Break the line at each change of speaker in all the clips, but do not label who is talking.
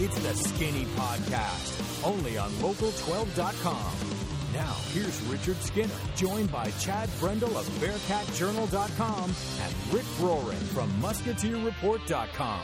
It's the Skinny Podcast, only on Local12.com. Now, here's Richard Skinner, joined by Chad Brendel of BearcatJournal.com and Rick Roaring from MusketeerReport.com.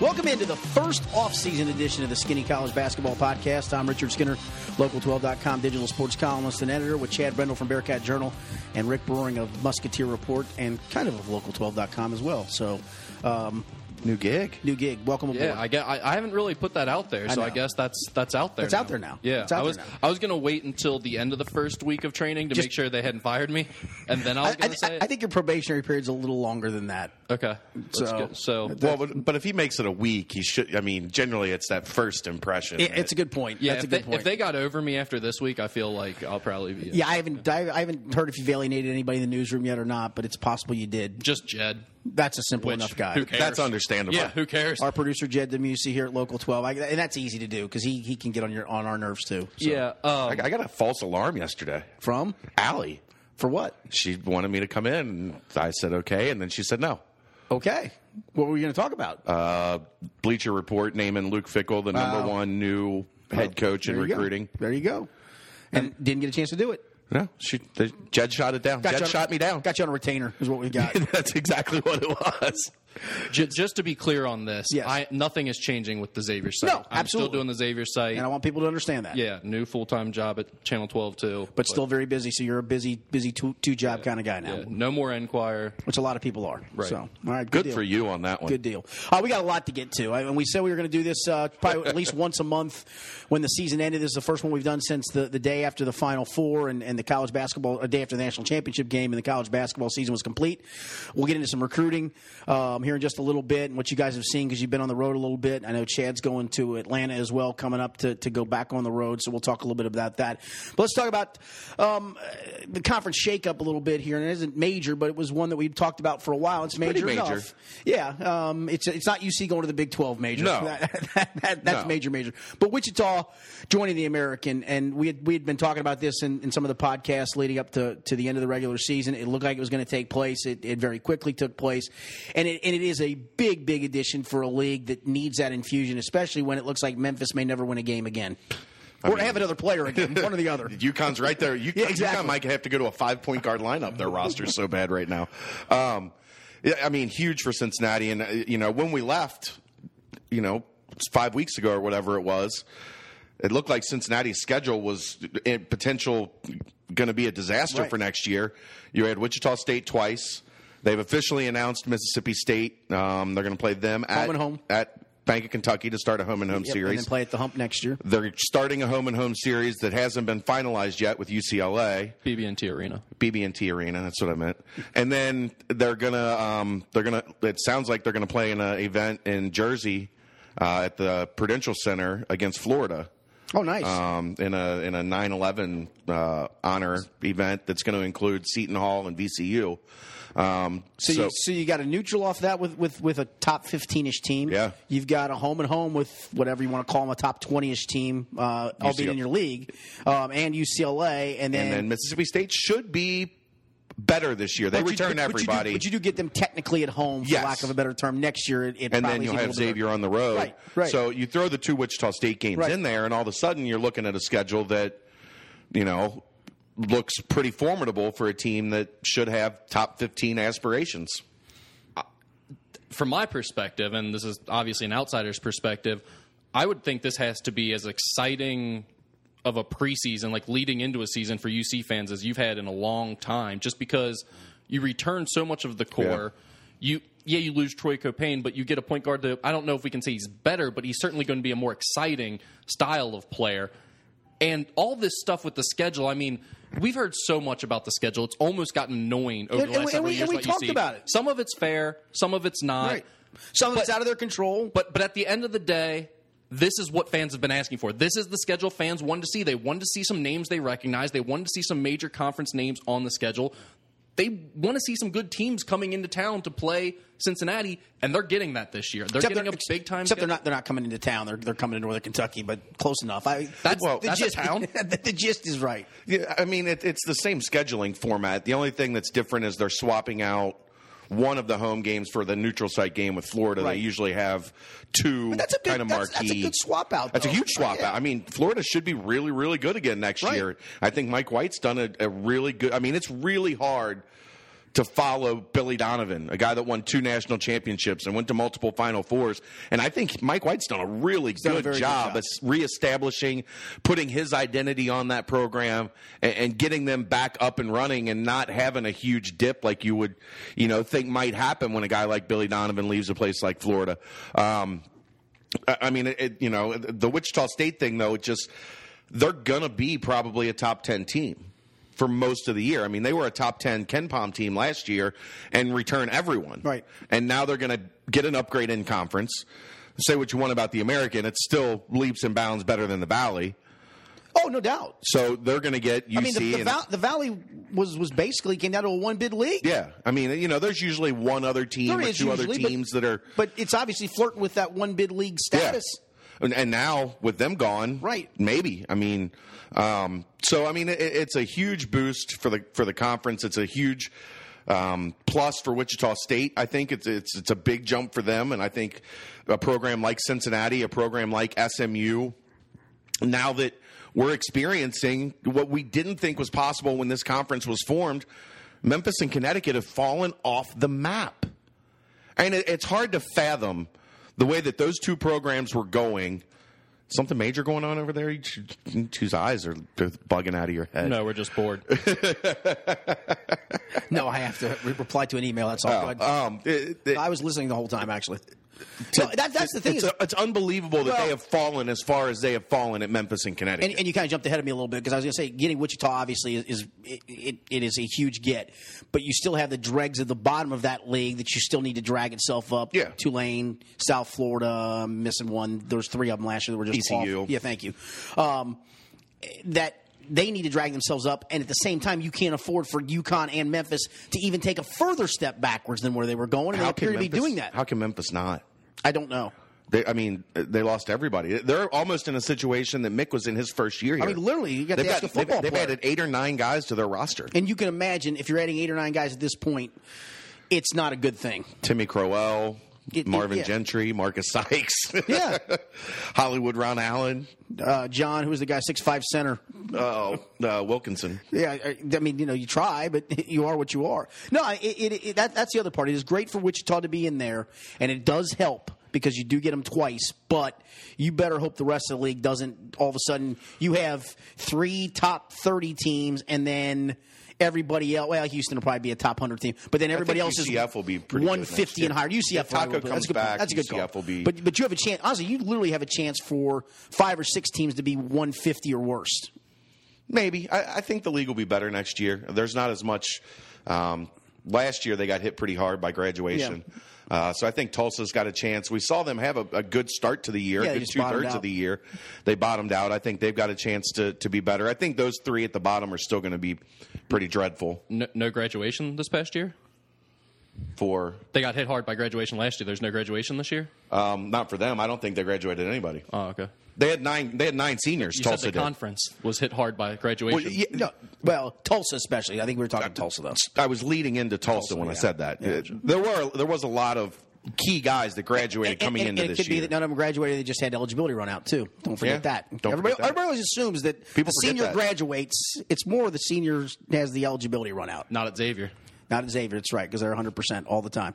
Welcome into the first off-season edition of the Skinny College Basketball Podcast. I'm Richard Skinner, local12.com digital sports columnist and editor with Chad Brendel from Bearcat Journal and Rick Broering of Musketeer Report and kind of of local12.com as well. So, um,
New gig.
new gig. Welcome aboard.
Yeah, I, get, I I haven't really put that out there, so I,
know.
guess that's that's out there.
It's
now.
out there now.
Yeah,
It's out
I was
there now.
I was gonna wait until the end of the first week of training to
Just-
make sure they hadn't fired me, and then I
I,
was gonna
I-
say,
I think your probationary period's a little longer than that.
okay, that's
So-
good. so
Well, but, but if he makes it a week, he should. I mean, generally, it's that first impression.
It- it's a good point.
yeah,
That's
if,
a good
they,
point.
if they got over me after this week, I feel like I'll probably be
yeah, I haven't I haven't heard if you've alienated anybody in the newsroom yet or not, but it's possible you did.
just Jed.
That's a simple
Which,
enough guy.
Who cares?
That's understandable.
Yeah, who cares?
Our producer Jed Demusi here at Local 12, I, and that's easy to do because he, he can get on your on our nerves too. So-
yeah, um,
I, I got a false alarm yesterday.
From
Allie,
for what?
she wanted me to come in, and I said okay, and then she said no.
Okay, what were we going to talk about?
Uh, Bleacher Report naming Luke Fickle the number one new head coach in
There you go.
recruiting.
There you go. And didn't get a chance to do it.
No, she the Jed shot it down.
Got you
Jed
on-
shot me down.
Got you on a retainer is what we got.
That's exactly what it was.
j- just to be clear on this,
Yes.
I, nothing is changing with the Xavier site.
No,
I'm still
absolutely.
doing the Xavier site.
and I want people to understand that.
yeah, new full time job at Channel 12 too,
But still very busy, so you're a busy, busy two, two job kind of guy now,
yeah, no more Enquire.
which a lot of people are.
Right.
So, all right, good,
Good
deal.
for you on that one.
Good deal. Uh, we got a lot to get to, I, and we said we were going to do this uh, probably at least once a month when the season ended. This is the first one we've done since the, the day after the Final Four and, and the college basketball, a day after the national championship game, and the college basketball season was complete. We'll get into some recruiting um, here in just a little bit, and what you guys have seen because you've been on the road a little bit. I know Chad's going to Atlanta as well, coming up to, to go back on the road, so we'll talk a little bit about that. But let's talk about um, uh, the conference shakeup a little bit here, and it isn't major, but it was one that we've talked about for a while. It's major,
pretty major.
enough. Yeah, um, it's it's not UC going to the Big Twelve major.
No.
That- that- that- that's
No.
major, major. But Wichita joining the American, and we had we had been talking about this in, in some of the podcasts leading up to, to the end of the regular season. It looked like it was going to take place. It, it very quickly took place, and it and it is a big big addition for a league that needs that infusion, especially when it looks like Memphis may never win a game again, or have another player again, one or the other.
UConn's right there. UConn,
Yeah, exactly.
UConn might have to go to a five point guard lineup. Their roster's so bad right now. Um, yeah, I mean, huge for Cincinnati. And, uh, you know, when we left, you know, five weeks ago or whatever it was, it looked like Cincinnati's schedule was in potential going to be a disaster
Right.
for next year. You had Wichita State twice. They've officially announced Mississippi State. Um, they're going to play them at
and home.
at Bank of Kentucky to start a home and home
Yep, and
series.
then play at the hump next year.
They're starting a home and home series that hasn't been finalized yet with UCLA,
BB&T Arena.
BB&T Arena. That's what I meant. And then they're gonna, um, they're gonna. It sounds like they're gonna play in an event in Jersey uh, at the Prudential Center against Florida.
Oh, nice.
Um, in a in a 9/11 uh, honor event that's going to include Seton Hall and VCU. Um,
So, you, so you got a neutral off that with, with, with a top 15 ish team.
Yeah.
You've got a home and home with whatever you want to call them, a top 20 ish team, uh, albeit in your league, um, and UCLA. And then,
and then Mississippi State should be better this year. They
But you-
return
but- but you do-
everybody.
But you, do, get them technically at home, for
Yes.
lack of a better term, next year. It, it
and
probably
then
is
you'll
even a
have
little bit
Xavier on the road.
Right, right.
So you throw the two Wichita State games
Right.
in there, and all of a sudden you're looking at a schedule that, you know, looks pretty formidable for a team that should have top 15 aspirations.
from my perspective, and this is obviously an outsider's perspective, I would think this has to be as exciting of a preseason, like leading into a season for UC fans, as you've had in a long time, just because you return so much of the core. You yeah, you lose Troy Copain, but you get a point guard that I don't know if we can say he's better, but he's certainly going to be a more exciting style of player. And all this stuff with the schedule, I mean, we've heard so much about the schedule. It's almost gotten annoying over
And-
the
and
last
we-
several
and we-
years.
and we
what you
talked
see.
about it.
Some of it's fair, some of it's not.
Right. Some of it's
But-
out of their control.
But but at the end of the day, this is what fans have been asking for. This is the schedule fans wanted to see. They wanted to see some names they recognize. They wanted to see some major conference names on the schedule. They want to see some good teams coming into town to play Cincinnati, and they're getting that this year. They're getting a big time.
Except they're not. They're not coming into town. They're they're coming to northern Kentucky, but close enough. I,
That's-
well, the
that's a
gist,
town.
the, the gist is right.
Yeah, I mean, it, it's the same scheduling format. The only thing that's different is they're swapping out one of the home games for the neutral site game with Florida.
Right.
They usually have two
But that's a good-
kind of
that's- that's
marquee.
a good swap out,
That's a
though.
huge swap
Yeah.
out. I mean, Florida should be really, really good again next
Right.
year. I think Mike White's done a, a really good. I mean, it's really hard to follow Billy Donovan, a guy that won two national championships and went to multiple Final Fours. And I think Mike White's done a really
done a
good
very good
job
job.
as reestablishing, putting his identity on that program, and, and getting them back up and running, and not having a huge dip like you would, you know, think might happen when a guy like Billy Donovan leaves a place like Florida. Um, I I mean, it, it- you know, the Wichita State thing though, it just they're gonna be probably a top ten team for most of the year. I mean, they were a top ten Ken Palm team last year and return everyone,
Right.
And now they're gonna get an upgrade in conference. Say what you want about the American, it's still leaps and bounds better than the Valley.
Oh, no doubt.
So they're gonna get UC.
I mean, the, the,
and-
val- the Valley was was basically came down to a one bid league.
yeah, I mean, you know, there's usually one other team
There
or
is
two other
usually, but-
teams that are
but it's obviously flirting with that one bid league status.
Yeah. And, and now with them gone,
Right.
Maybe. I mean, um, so I mean, it, it's a huge boost for the for the conference. It's a huge um, plus for Wichita State. I think it's it's it's a big jump for them, and I think a program like Cincinnati, a program like SMU, now that we're experiencing what we didn't think was possible when this conference was formed, Memphis and Connecticut have fallen off the map. And it, it's hard to fathom the way that those two programs were going. Something major going on over there? You should- you Two's eyes are they're bugging out of your head.
No, we're just bored.
No, I have to re- reply to an email. That's all. Go ahead.
Um, it- it-
I was listening the whole time, actually.
to-
No, that, that's the thing
It's,
is,
it's unbelievable that
Well-
they have fallen as far as they have fallen at Memphis and Connecticut.
and, and you kind of jumped ahead of me a little bit because I was going to say getting Wichita obviously is, is it, it, it is a huge get, but you still have the dregs at the bottom of that league that you still need to drag itself up.
Yeah.
Tulane, South Florida, I'm missing one. There's three of them last year that were just
ECU.
awful. Yeah, thank you. Um, that. They need to drag themselves up, and at the same time, you can't afford for UConn and Memphis to even take a further step backwards than where they were going. And they appear to be doing that.
How can Memphis not?
I don't know.
They, I mean, they lost everybody. They're almost in a situation that Mick was in his first year here.
I mean, literally, you got
they've,
to ask
got-
a football
they've, they've
player.
added eight or nine guys to their roster.
And you can imagine if you're adding eight or nine guys at this point, it's not a good thing.
Timmy Crowell,
It- it-
Marvin
yeah.
Gentry, Marcus Sykes,
Yeah.
Hollywood Ron Allen,
Uh, John, who was the guy, six five center.
uh, uh, Wilkinson.
Yeah, I I mean, you know, you try, but you are what you are. No, I- it, it, it, that, that's the other part. It is great for Wichita to be in there, and it does help because you do get them twice. But you better hope the rest of the league doesn't. All of a sudden, you have three top thirty teams, and then everybody else. Well, Houston will probably be a top hundred team, but then everybody else
UCF
is
will be pretty good
one fifty and
next year.
higher. UCF
If Taco
will be- that's
comes
a good,
back,
That's a good
UCF
call.
will be-
But but you have a chance. Honestly, you literally have a chance for five or six teams to be one fifty or worse.
Maybe. I, I think the league will be better next year. There's not as much. Um, last year, they got hit pretty hard by graduation. Uh, so I think Tulsa's got a chance. We saw them have a, a good start to the year,
Yeah,
a
they
good
just
two
bottomed
thirds of
out.
the year. They bottomed out. I think they've got a chance to, to be better. I think those three at the bottom are still going to be pretty dreadful
No, no graduation this past year.
for
They got hit hard by graduation last year. There's no graduation this year.
um, not for them. I don't think they graduated anybody.
Oh, okay.
They had nine. They had nine seniors.
You
Tulsa
said the
did.
conference was hit hard by graduation.
Well, yeah,
No, well, Tulsa especially. I think we were talking Tulsa though.
I was leading into Tulsa, when I said that. Uh, There were there was a lot of key guys that graduated coming
and,
into
and it
this
could
year.
be that none of them graduated. They just had eligibility run out too. Don't forget
Yeah.
that.
Don't
everybody,
forget that.
everybody always assumes that
People
the
forget
senior
that.
graduates. It's more the senior has the eligibility run out.
Not at Xavier.
Not at Xavier. It's right because they're 100 percent all the time.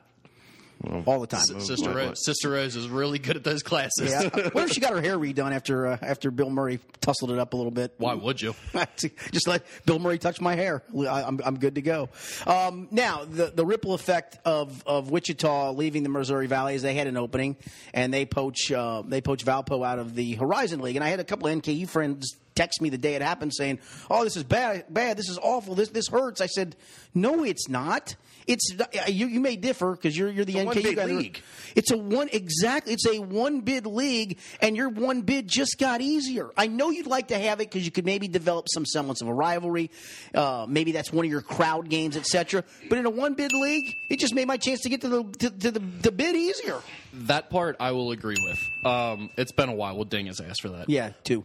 all the time.
Sister Rose. Sister Rose is really good at those classes.
Oh, yeah. I wonder if she got her hair redone after uh, after Bill Murray tussled it up a little bit.
Why would you?
just let Bill Murray touch my hair. I, I'm, I'm good to go. Um, now, the, the ripple effect of, of Wichita leaving the Missouri Valley is they had an opening and they poach uh, they poach Valpo out of the Horizon League. And I had a couple of NKU friends text me the day it happened saying, "Oh, this is bad, bad. This is awful. This this hurts." I said, "No, it's not. It's uh, you. You may differ because you're you're the
a
NKU
one-bid
guy.
league.
It's a one exactly. It's a one bid league, and your one bid just got easier. I know you'd like to have it because you could maybe develop some semblance of a rivalry. Uh, maybe that's one of your crowd games, etc. But in a one bid league, it just made my chance to get to the to, to the, the bid easier.
That part I will agree with. Um, it's been a while. We'll ding his ass for that.
Yeah, too.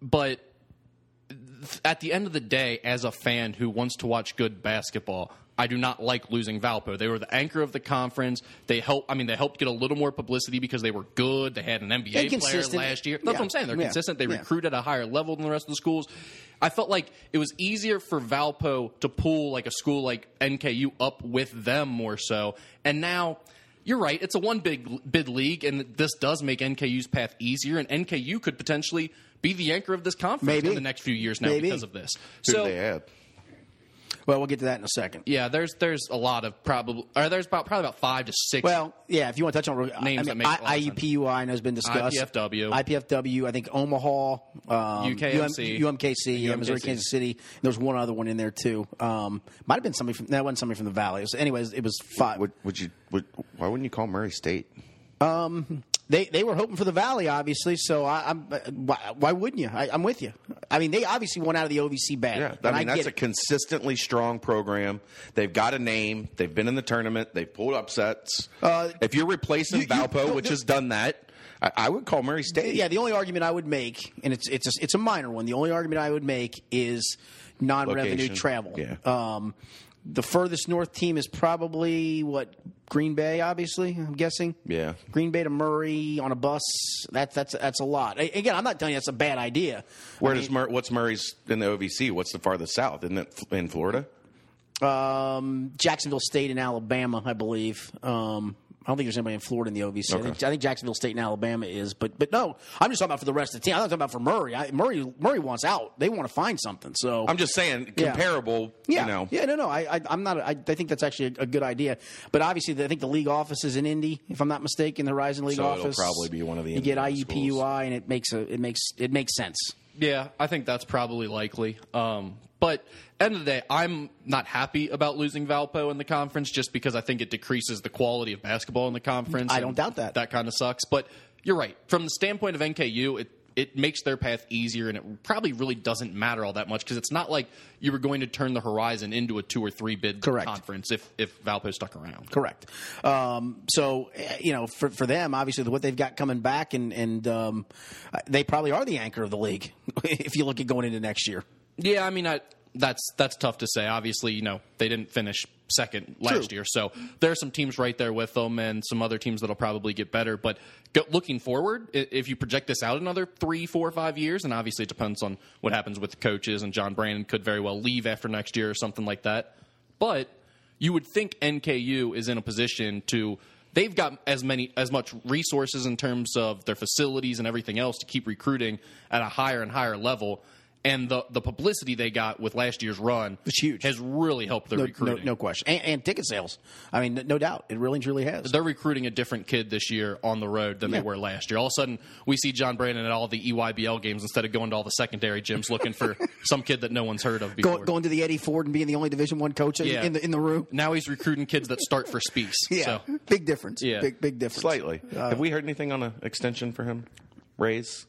but th- at the end of the day, as a fan who wants to watch good basketball, I do not like losing Valpo. They were the anchor of the conference. They help. I mean, they helped get a little more publicity because they were good. They had an
And
NBA player
consistent.
last year. That's
Yeah.
what I'm saying. They're
Yeah.
consistent. They
Yeah.
recruit at a higher level than the rest of the schools. I felt like it was easier for Valpo to pull like a school like NKU up with them more so. And now you're right. It's a one big bid league, and this does make NKU's path easier. And NKU could potentially be the anchor of this conference
Maybe.
in the next few years now
Maybe.
because of this.
Who
so
do they add?
Well, we'll get to that in a second.
yeah, there's there's a lot of probably or there's about probably about five to six.
Well, yeah, if you want to touch on I
Names
mean,
that make a lot of
I, IUPUI I know has been discussed.
IPFW.
IPFW, I think Omaha, um,
UKMC.
UM, UMKC, yeah, Missouri
UMKC.
Kansas City. There was one other one in there too. Um, might have been somebody from that wasn't somebody from the Valley. It was, anyways, it was five.
Would, would you? Would, why wouldn't you call Murray State?
They they were hoping for the Valley, obviously. So I, I'm why, why wouldn't you? I, I'm with you. I mean, they obviously went out of the OVC bad.
Yeah, I mean
I
that's
get
a
it.
consistently strong program. They've got a name. They've been in the tournament. They've pulled upsets.
Uh,
if you're replacing
you- you-
Valpo,
no,
which
no.
has done that, I, I would call Murray State.
yeah, the only argument I would make, and it's it's a, it's a minor one. The only argument I would make is non-revenue
Location.
travel.
Yeah.
Um, the furthest north team is probably what Green Bay, obviously. I'm guessing.
Yeah.
Green Bay to Murray on a bus. That's that's that's a lot. A- Again, I'm not telling you that's a bad idea.
Where does Mur- what's Murray's in the OVC? What's the farthest south? Isn't it f- in Florida?
Um, Jacksonville State in Alabama, I believe. Um, I don't think there's anybody in Florida in the OVC. I, think, I think Jacksonville State in Alabama is, but but no, I'm just talking about for the rest of the team. I'm not talking about for Murray. I, Murray Murray wants out. They want to find something. So
I'm just saying
Yeah.
comparable.
yeah,
You know,
yeah, no, no. I, I I'm not. I, I think that's actually a, a good idea. But obviously, the- I think the league office is in Indy, if I'm not mistaken. The Horizon League
So it'll
office
probably be one of the
You get E
Indiana
IUPUI, and it makes a it makes it makes sense.
Yeah, I think that's probably likely. Um, but end of the day, I'm not happy about losing Valpo in the conference just because I think it decreases the quality of basketball in the conference.
I
and
don't doubt that.
That kind of sucks. But you're right. From the standpoint of NKU, it it makes their path easier, and it probably really doesn't matter all that much because it's not like you were going to turn the Horizon into a two or three bid
Correct.
conference if if Valpo stuck around.
Correct. Um, so eh, you know, for for them, obviously, what they've got coming back, and and um, they probably are the anchor of the league. if you look at going into next year,
Yeah, I mean, I, that's that's tough to say. Obviously, you know, they didn't finish second last
True.
year, so there are some teams right there with them, and some other teams that'll probably get better. But go, looking forward, i- if you project this out another three, four, five years, and obviously it depends on what happens with the coaches, and John Brandon could very well leave after next year or something like that. But you would think NKU is in a position to. They've got as many as much resources in terms of their facilities and everything else to keep recruiting at a higher and higher level. And the the publicity they got with last year's run
It's huge.
has really helped their
no, no,
recruiting.
no question, and, and ticket sales. I mean, no doubt, it really truly has.
They're recruiting a different kid this year on the road than
Yeah.
they were last year. All of a sudden, we see John Brandon at all the E EYBL games instead of going to all the secondary gyms looking for some kid that no one's heard of before.
Go, going to the Eddie Ford and being the only Division One coach in-
Yeah.
in the in the room.
Now he's recruiting kids that start for Speece.
Yeah,
So.
big difference.
Yeah.
big big difference.
slightly.
Uh,
Have we heard anything on an extension for him? Raise.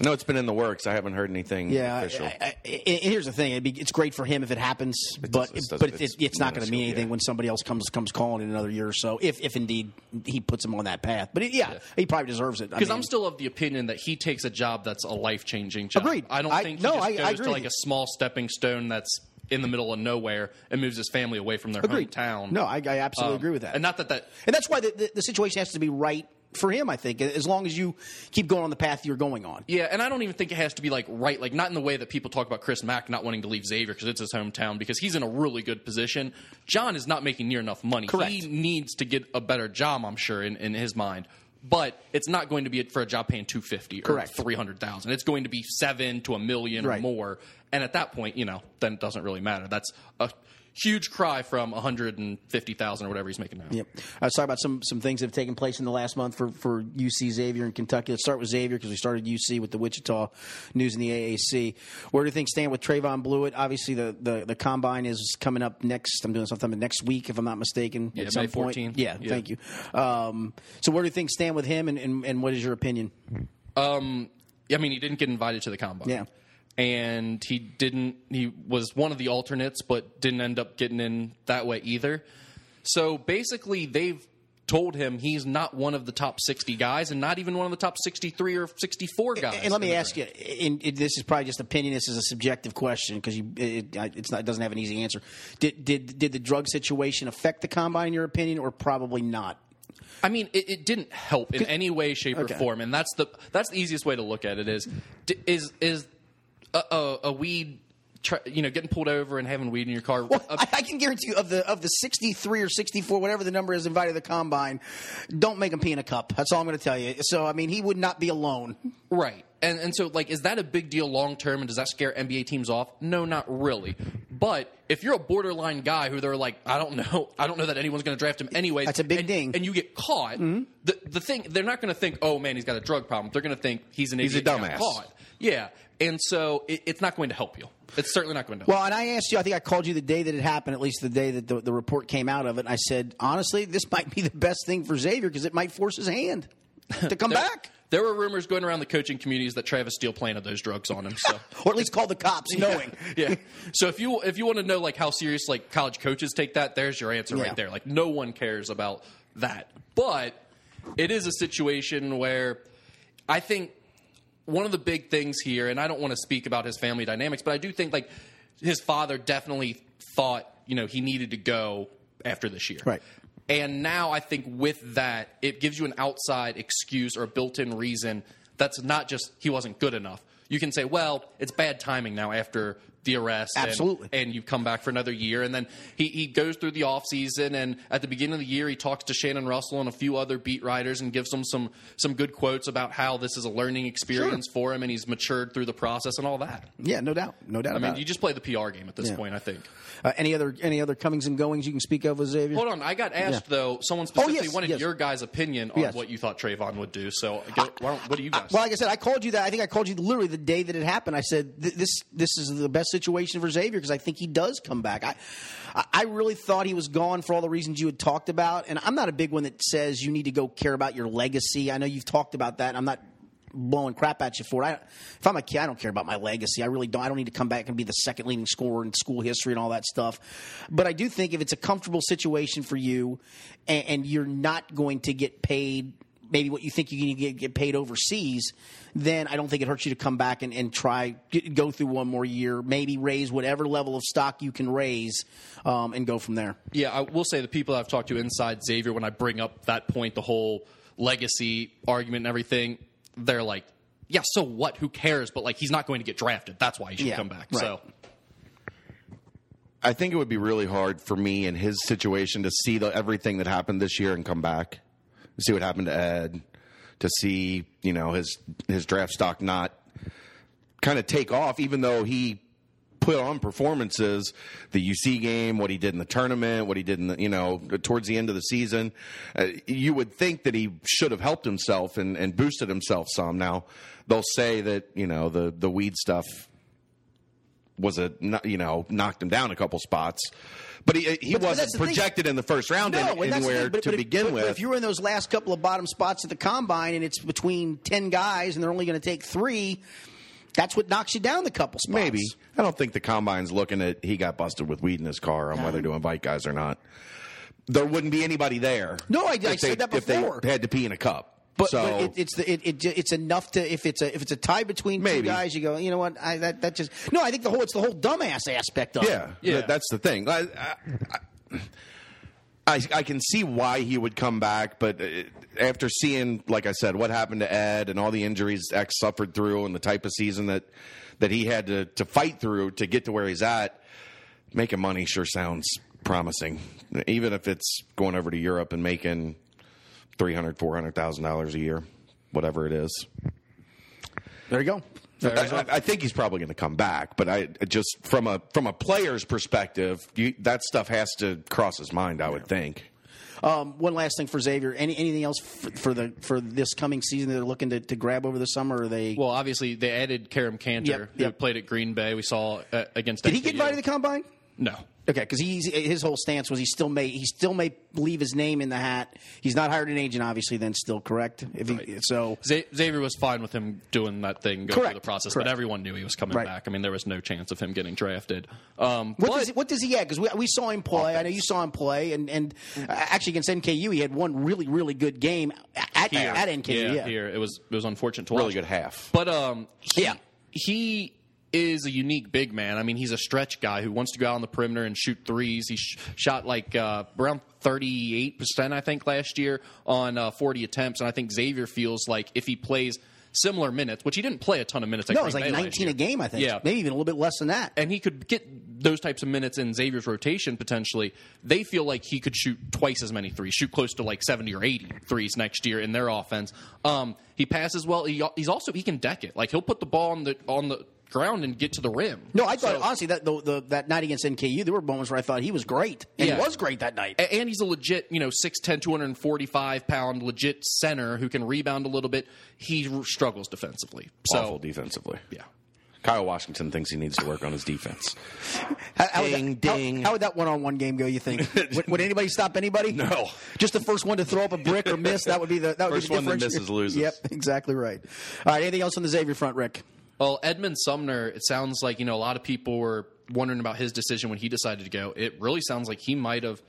I know it's been in the works. I haven't heard anything
Yeah,
official.
I, I, I- and here's the thing: It'd be, it's great for him if it happens, but
doesn't- it doesn't-
but it's, it's,
it's
not going to mean
minuscule,
anything
yeah.
when somebody else comes comes calling in another year or so. If if indeed he puts him on that path, but it, yeah, he probably deserves it.
Because I'm still of the opinion that he takes a job that's a life changing job.
Agreed.
I don't
I-
think
no,
he just
I- I
goes
agree
to
with
like
you.
a small stepping stone that's in the middle of nowhere and moves his family away from their
Agreed.
hometown.
No, I, I absolutely
Um,
agree with that.
And not that that
And that's why the, the, the situation has to be right for him. I think as long as you keep going on the path you're going on.
Yeah, and I don't even think it has to be like right, like not in the way that people talk about Chris Mack not wanting to leave Xavier because it's his hometown because he's in a really good position. John is not making near enough money.
Correct.
He needs to get a better job, I'm sure, in, in his mind. But it's not going to be for a job paying two fifty or
Correct.
three hundred thousand. It's going to be seven to a million
Right.
or more. And at that point, you know, then it doesn't really matter. That's a huge cry from one hundred and fifty thousand or whatever he's making now.
Yep. I was talking about some some things that have taken place in the last month for, for UC Xavier in Kentucky. Let's start with Xavier because we started UC with the Wichita news in the AAC. Where do things stand with Trayvon Blewett? Obviously, the, the, the combine is coming up next. I'm doing something next week, if I'm not mistaken.
Yeah,
at some
May
point.
14.
Yeah,
Yeah.
thank you. Um, so, where do things stand with him, and, and, and what is your opinion?
Um, I mean, he didn't get invited to the combine.
Yeah.
And he didn't. He was one of the alternates, but didn't end up getting in that way either. So basically, they've told him he's not one of the top 60 guys and not even one of the top 63 or 64 guys.
And let
in
me
the
ask you, in, in, this is probably just opinion. This is a subjective question because you, it, it- it's not, it doesn't have an easy answer. Did, did did the drug situation affect the combine in your opinion, or probably not?
I mean, it, it didn't help in any way, shape,
Okay.
or form, and that's the that's the easiest way to look at it is d- is is a, a, a weed, tr you know, getting pulled over and having weed in your car. a-
I, I can guarantee you of the of the sixty three or sixty four, whatever the number is invited to the combine, don't make him pee in a cup. That's all I'm going to tell you. So I mean, he would not be alone.
Right. And and so like is that a big deal long term and does that scare NBA teams off? No, not really. But if you're a borderline guy who they're like, I don't know, I don't know that anyone's going to draft him anyway.
That's a big
and,
ding. Mm-hmm.
And you get caught. The the thing they're not going to think, oh man, he's got a drug problem. They're going to think he's an
He's a
idiot who got
dumbass.
Caught. Yeah. And so it, it's not going to help you. It's certainly not going to help.
Well, and I asked you. I think I called you the day that it happened, at least the day that the, the report came out of it. And I said, honestly, this might be the best thing for Xavier because it might force his hand to come
there,
back.
There were rumors going around the coaching communities that Travis Steele planted those drugs on him. So
or at least call the cops, knowing.
yeah. So if you if you want to know like how serious like college coaches take that, there's your answer
Yeah.
right there. Like no one cares about that. But it is a situation where I think one of the big things here, and I don't want to speak about his family dynamics, but I do think like his father definitely thought you know he needed to go after this year,
Right.
And now I think with that, it gives you an outside excuse or a built-in reason that's not just he wasn't good enough. You can say, well, it's bad timing now after the arrest. and-
Absolutely.
And, you come back for another year. And then he, he goes through the offseason. And at the beginning of the year, he talks to Shannon Russell and a few other beat writers and gives them some, some good quotes about how this is a learning experience for him and he's matured through the process and all that.
Yeah, no doubt, no doubt
I
about
mean, you
it.
just play the PR game at this
Yeah.
point, I think.
uh, any other any other comings and goings you can speak of with Xavier?
Hold on, I got asked
Yeah. Oh,
though. Someone specifically
yes,
wanted
yes.
your guys' opinion on
Yes.
what you thought Trayvon would do. So, go, why don't- what do you guys?
Well, like I said, I called you that. I think I called you literally the day that it happened. I said "Th- this this is the best situation for Xavier because I think he does come back. I I- I really thought he was gone for all the reasons you had talked about, and I'm not a big one that says you need to go care about your legacy. I know you've talked about that. and I'm not blowing crap at you for it. I, if I'm a kid, I don't care about my legacy. I really don't. I don't need to come back and be the second leading scorer in school history and all that stuff. But I do think if it's a comfortable situation for you, and, and you're not going to get paid maybe what you think you're going to get, get paid overseas, then I don't think it hurts you to come back and, and try get, go through one more year, maybe raise whatever level of stock you can raise, um, and go from there.
Yeah, I will say the people I've talked to inside Xavier, when I bring up that point, the whole legacy argument and everything, they're like, "Yeah, so what? Who cares?" But like, he's not going to get drafted. That's why he should
Yeah,
come back.
right.
So,
I think it would be really hard for me in his situation to see the, everything that happened this year and come back, to see what happened to Ed, to see you know his his draft stock not kind of take off, even though he put on performances, the UC game, what he did in the tournament, what he did in the you know towards the end of the season. Uh, you would think that he should have helped himself and, and boosted himself some. Now they'll say that you know the the weed stuff was a kno- you know knocked him down a couple spots, but he he
But- but
wasn't
that's the thing.
projected in the first round any-
and that's the
anywhere
thing, but-
to
but if-
begin
but-
with.
But if you were in those last couple of bottom spots at the combine, and it's between ten guys, and they're only going to take three, that's what knocks you down the couple spots.
Maybe I don't think the combine's looking at he got busted with weed in his car on whether to invite guys or not. There wouldn't be anybody there.
No, I- I
if
said
they-
that before.
If they had to pee in a cup,
But,
so
but it, it's the, it, it, it's enough to if it's a if it's a tie between two
Maybe.
guys, you go, you know what? I, that that just no. I think the whole it's the whole dumbass aspect of
yeah,
it.
Yeah.
that- that's the thing. I, I, I, I can see why he would come back, but uh, after seeing, like I said, what happened to Ed and all the injuries X suffered through, and the type of season that that he had to to fight through to get to where he's at, making money sure sounds promising, even if it's going over to Europe and making three hundred, four hundred thousand dollars a year, whatever it is.
There you go.
I, I- I think he's probably going to come back, but I just from a from a player's perspective, you, that stuff has to cross his mind. I would think.
Um, one last thing for Xavier. Any anything else for, for the for this coming season that they're looking to, to grab over the summer? Or are they
well, obviously they added Karam Cantor,
Yep,
who
yep.
played at Green Bay. We saw uh, against.
did he get invited to the combine?
No.
Okay, because he's his whole stance was he still may he still may leave his name in the hat. He's not hired an agent, obviously. Then still correct. If he, so,
Z- Xavier was fine with him doing that thing, go
Correct,
through the process,
correct.
but everyone knew he was coming
Right.
back. I mean, there was no chance of him getting drafted. Um,
What
but-
does, he, what does he add? Because we, we saw him play. I know you saw him play, and and uh, actually against NKU, he had one really really good game at at NKU.
yeah,
Yeah,
here it was it was unfortunate to watch.
Really good half.
But um, he,
Yeah.
he is a unique big man. I mean, he's a stretch guy who wants to go out on the perimeter and shoot threes. He sh- shot like uh, around thirty eight percent, I think, last year on uh, forty attempts. And I think Xavier feels like if he plays similar minutes, which he didn't play a ton of minutes. at
no, it was
Green
like
Bay last
nineteen a
year.
game, I think.
Yeah,
maybe even a little bit less than that.
and he could get those types of minutes in Xavier's rotation potentially, they feel like he could shoot twice as many threes, shoot close to like 70 or 80 threes next year in their offense. Um, he passes well. He, he's also he can deck it. Like he'll put the ball on the on the ground and get to the rim.
No, I thought honestly that the, the that night against NKU, there were moments where I thought he was great. And
Yeah.
He was great that
Eh,
night.
A- and he's a legit, you know, 6'10", 245 pound legit center who can rebound a little bit. He r- struggles defensively. So
Awful defensively.
yeah.
Kyle Washington thinks he needs to work on his defense.
How, how would
Ding,
that, how-
ding.
How, would that one-on-one game go? You think would, would anybody stop anybody?
No.
Just the first one to throw up a brick or miss. That would be the that would
First
be the
one that
difference.
misses loses.
Yep, exactly right. All right, anything else on the Xavier front, Rick?
Well, Edmund Sumner, it sounds like, you know, a lot of people were wondering about his decision when he decided to go. It really sounds like he might have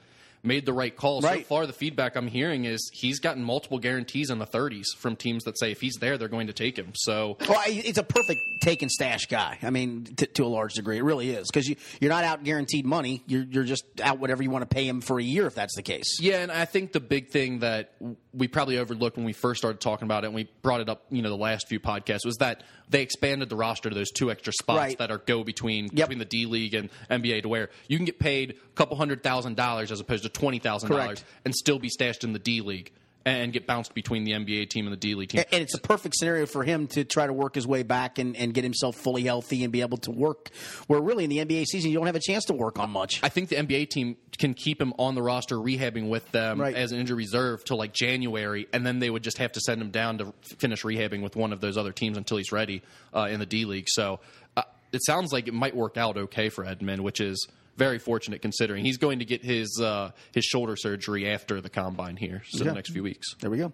made the right call.
Right.
So far, the feedback I'm hearing is he's gotten multiple guarantees in the 30s from teams that say if he's there, they're going to take him. So
Well, I- it's a perfect take and stash guy. I mean, t- to a large degree, it really is because you, you're not out guaranteed money. You're, you're just out whatever you want to pay him for a year, if that's the case.
Yeah, and I think the big thing that we probably overlooked when we first started talking about it, and we brought it up, you know, the last few podcasts, was that they expanded the roster to those two extra spots
Right.
that are go between
Yep.
between the D League and NBA, to where you can get paid a couple hundred thousand dollars as opposed to twenty thousand dollars,
Correct.
and still be stashed in the D League and get bounced between the NBA team and the D League team.
A- And it's a perfect scenario for him to try to work his way back and, and get himself fully healthy and be able to work. Where really in the NBA season, you don't have a chance to work on much.
I think the NBA team can keep him on the roster, rehabbing with them
Right.
as an injury reserve till like January, and then they would just have to send him down to f- finish rehabbing with one of those other teams until he's ready uh, in the D League. So uh, it sounds like it might work out okay for Edmund, which is very fortunate considering he's going to get his uh, his shoulder surgery after the combine here, so
Yeah.
the next few weeks.
There we go. All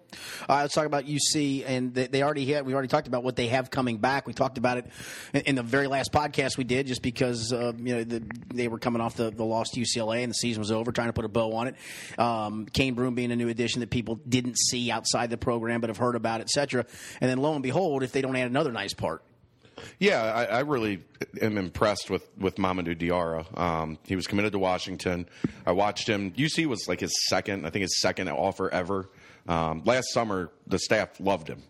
right, let's talk about UC, and they, they already had. We already talked about what they have coming back. We talked about it in, in the very last podcast we did, just because uh, you know the, they were coming off the, the loss to UCLA and the season was over, trying to put a bow on it. Um, Kane Broom being a new addition that people didn't see outside the program, but have heard about, etc. And then lo and behold, if they don't add another nice part,
Yeah, I, I really am impressed with with Mamadou Diarra. Um, he was committed to Washington. I watched him. UC was like his second, I think his second offer ever. Um, last summer, the staff loved him,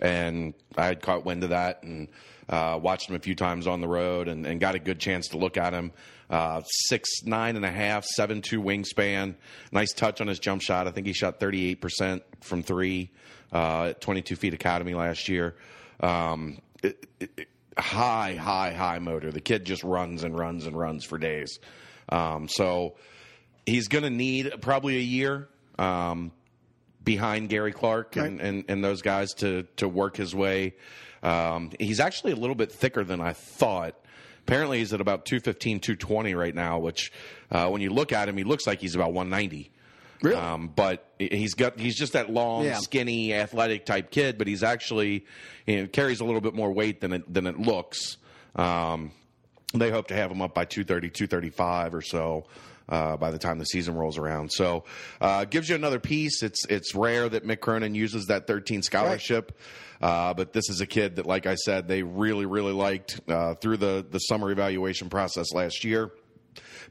and I had caught wind of that and uh, watched him a few times on the road and, and got a good chance to look at him. Uh, six nine and a half, seven two wingspan. Nice touch on his jump shot. I think he shot thirty eight percent from three uh, at twenty two feet academy last year. Um, it- it- high, high, high motor. The kid just runs and runs and runs for days. Um, so he's going to need probably a year um, behind Gary Clark and, and, and those guys to to work his way. Um, he's actually a little bit thicker than I thought. Apparently, he's at about 215, 220 right now, which uh, when you look at him, he looks like he's about 190.
Really?
Um, but he- he's got he's just that long,
Yeah.
skinny, athletic type kid, but he's actually you know, carries a little bit more weight than it than it looks. Um, they hope to have him up by 230, 235 or so uh, by the time the season rolls around. So uh, gives you another piece. It's it's rare that Mick Cronin uses that 13 scholarship, uh, but this is a kid that, like I said, they really really liked uh, through the the summer evaluation process last year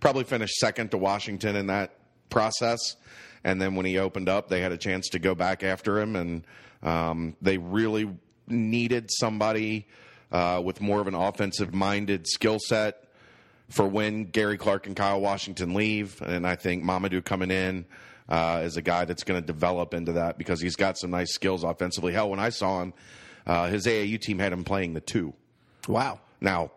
probably finished second to Washington in that process. And then when he opened up, they had a chance to go back after him, and um, they really needed somebody uh, with more of an offensive-minded skill set for when Gary Clark and Kyle Washington leave. And I think Mamadou coming in uh, is a guy that's going to develop into that because he's got some nice skills offensively. Hell, when I saw him, uh, his AAU team had him playing the two.
wow.
Now,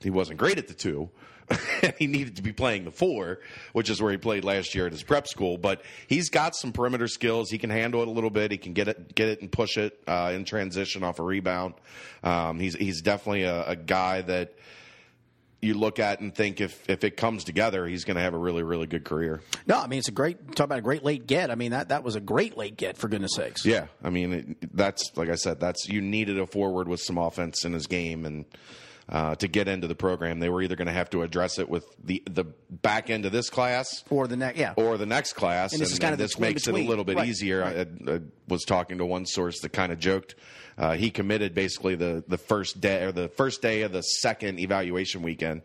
he wasn't great at the two. he needed to be playing the four, which is where he played last year at his prep school. But he's got some perimeter skills. He can handle it a little bit. He can get it, get it, and push it uh, in transition off a rebound. Um, he's he's definitely a, a guy that you look at and think if if it comes together, he's going to have a really really good career.
No, I mean it's a great talk about a great late get. I mean that that was a great late get for goodness sakes.
Yeah, I mean it, that's like I said, that's you needed a forward with some offense in his game and. Uh, to get into the program, they were either going to have to address it with the the back end of this class
Or the next, yeah.
or the next class,
And this is kind of the
this makes it
in-between.
a little bit
Right,
easier. I, I was talking to one source that kind of joked. Uh, he committed basically the the first day or the first day of the second evaluation weekend,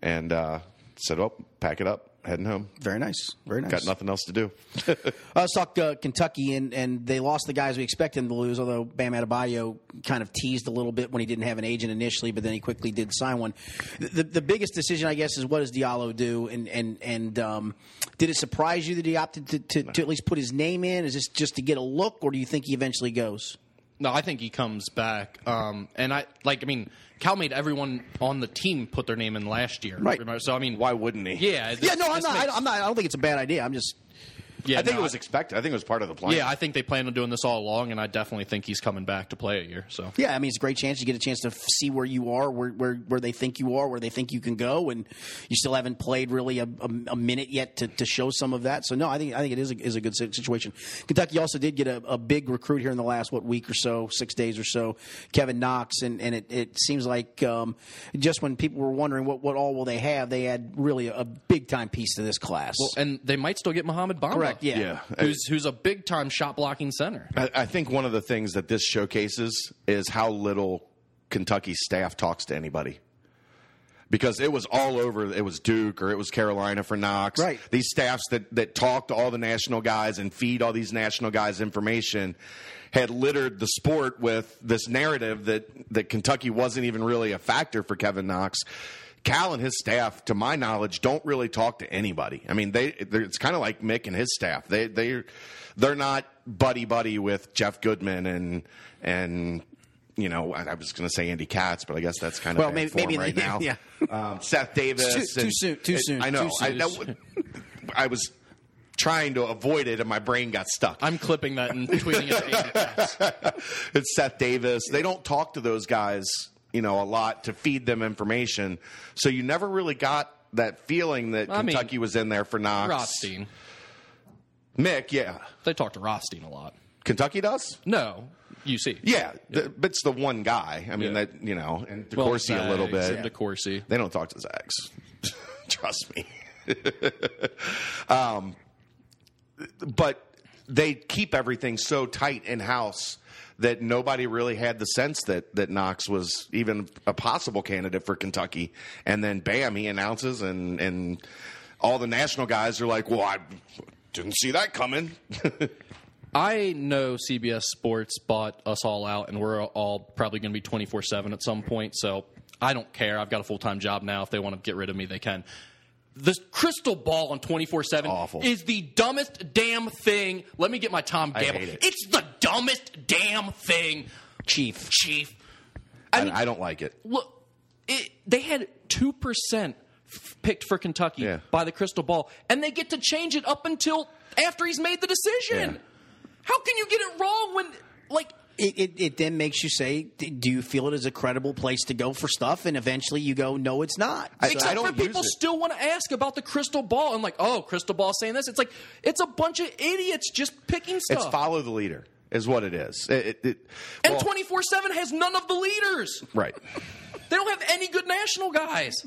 and uh, said, "Oh, pack it up, heading home.
very nice, very nice.
Got nothing else to do."
Uh, let's talk uh, Kentucky, and, and they lost the guys we expected them to lose, although Bam Adebayo kind of teased a little bit when he didn't have an agent initially, but then he quickly did sign one. The, the, the biggest decision, I guess, is what does Diallo do? And, and, and um, did it surprise you that he opted to, to, to at least put his name in? Is this just to get a look, or do you think he eventually goes?
No, I think he comes back. Um, and I like. I mean, Cal made everyone on the team put their name in last year.
Right.
Remember? So I mean,
Why wouldn't he?
Yeah. this-
yeah, no, I'm
this
not,
makes-
I, I'm not. I don't think it's a bad idea. I'm just.
yeah,
I think
no,
it was expected. I think it was part of the plan.
Yeah, I think they planned on doing this all along, and I definitely think he's coming back to play a year. So
Yeah, I mean, it's a great chance to get a chance to f- see where you are, where, where, where they think you are, where they think you can go, and you still haven't played really a, a, a minute yet to, to show some of that. So no, I think I think it is a, is a good si- situation. Kentucky also did get a, a big recruit here in the last what week or so, six days or so, Kevin Knox, and, and it, it seems like um, just when people were wondering what, what all will they have, they had really a, big time piece to this class.
and they might still get Muhammad Bamba.
Correct, yeah. Yeah.
Who's who's a big time shot blocking center.
I, I think one of the things that this showcases is how little Kentucky staff talks to anybody. Because it was all over, it was Duke or it was Carolina for Knox.
Right.
These staffs that, that talk to all the national guys and feed all these national guys information had littered the sport with this narrative that, that Kentucky wasn't even really a factor for Kevin Knox. Cal and his staff, to my knowledge, don't really talk to anybody. I mean, they they're- it's kind of like Mick and his staff. They they they're not buddy buddy with Jeff Goodman and and you know I I was going to say Andy Katz, but I guess that's kind of
Well,
bad
maybe-
form
maybe-
right now.
yeah.
Um, Seth Davis.
It's too- too
and-
soon, too
and-
soon,
I know.
too
I,
soon.
that w- I was trying to avoid it, and my brain got stuck.
I'm clipping that and tweeting it. to Andy Katz.
it's Seth Davis. They don't talk to those guys, you know, a lot to feed them information. So you never really got that feeling that
I mean,
Kentucky was in there for Knox.
Rothstein.
Mick, yeah.
They talk to Rothstein a lot.
Kentucky does?
No, UC.
Yeah. th- but it's the one guy. I mean,
Yeah.
that, you know, and
Well,
DeCourcy a little
Zags
bit.
and DeCourcy.
They don't talk to Zags. Trust me. um, but they keep everything so tight in house that nobody really had the sense that that Knox was even a possible candidate for Kentucky. And then bam, he announces, and and all the national guys are like, "Well, I didn't see that coming."
I know CBS Sports bought us all out, and we're all probably going to be 24 7 at some point. So I don't care. I've got a full time job now. If they want to get rid of me, they can. The crystal ball on 24 7
Awful.
is the dumbest damn thing. Let me get my Tom
I
Gamble.
hate it.
It's the dumbest damn thing,
Chief,
Chief.
I, I don't like it.
Look, it, they had 2% f- picked for Kentucky
Yeah.
by the crystal ball, and they get to change it up until after he's made the decision.
Yeah.
How can you get it wrong when, like,
it, it, it then makes you say, d- do you feel it is a credible place to go for stuff? And eventually you go, no, it's not.
I-
Except
don't
for people
use it.
still want to ask about the crystal ball and like, oh, crystal ball saying this. It's like it's a bunch of idiots just picking stuff.
It's follow the leader is what it is. It, it, it-
and
well,
twenty four seven has none of the leaders.
right.
They don't have any good national guys.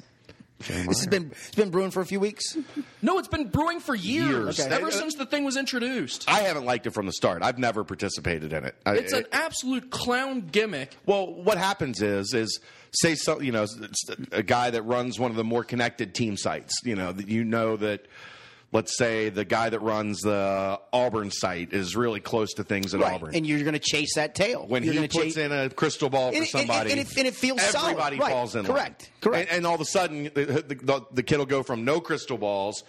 This has been it's been brewing for a few weeks.
No, it's been brewing for years,
Years. Okay.
ever
Uh,
since the thing was introduced.
I haven't liked it from the start. I've never participated in it. I-
It's an
it-
absolute clown gimmick.
Well, what happens is is say so you know s- a guy that runs one of the more connected team sites. You know that you know that. Let's say the guy that runs the Auburn site is really close to things at Auburn.
And you're going to chase that tail.
when
you're
he
gonna
puts
chase-
in a crystal ball
And
for
it- and it-
somebody,
and it- and it feels solid.
everybody
Right.
falls in.
Correct.
line.
Correct.
And, and all of a sudden, the, the, the, the kid will go from no crystal balls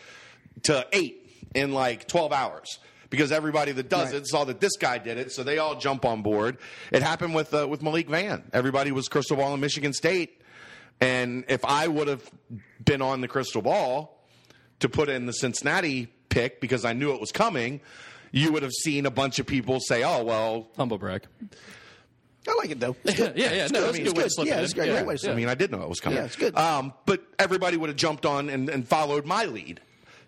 to eight in like twelve hours because everybody that does
Right.
it saw that this guy did it, so they all jump on board. It happened with uh, with Malik Van. Everybody was crystal ball in Michigan State, and if I would have been on the crystal ball to put in the Cincinnati pick because I knew it was coming. You would have seen a bunch of people say, "Oh well,
Humble brag.
I like it though. It's good.
yeah, yeah. No, that's a
It's
good way to
good.
slip
Yeah,
it
it's a
in.
great,
Yeah.
great way to slip
I
it.
mean, I did know it was coming.
Yeah, it's good.
Um, but everybody would have jumped on and, and followed my lead.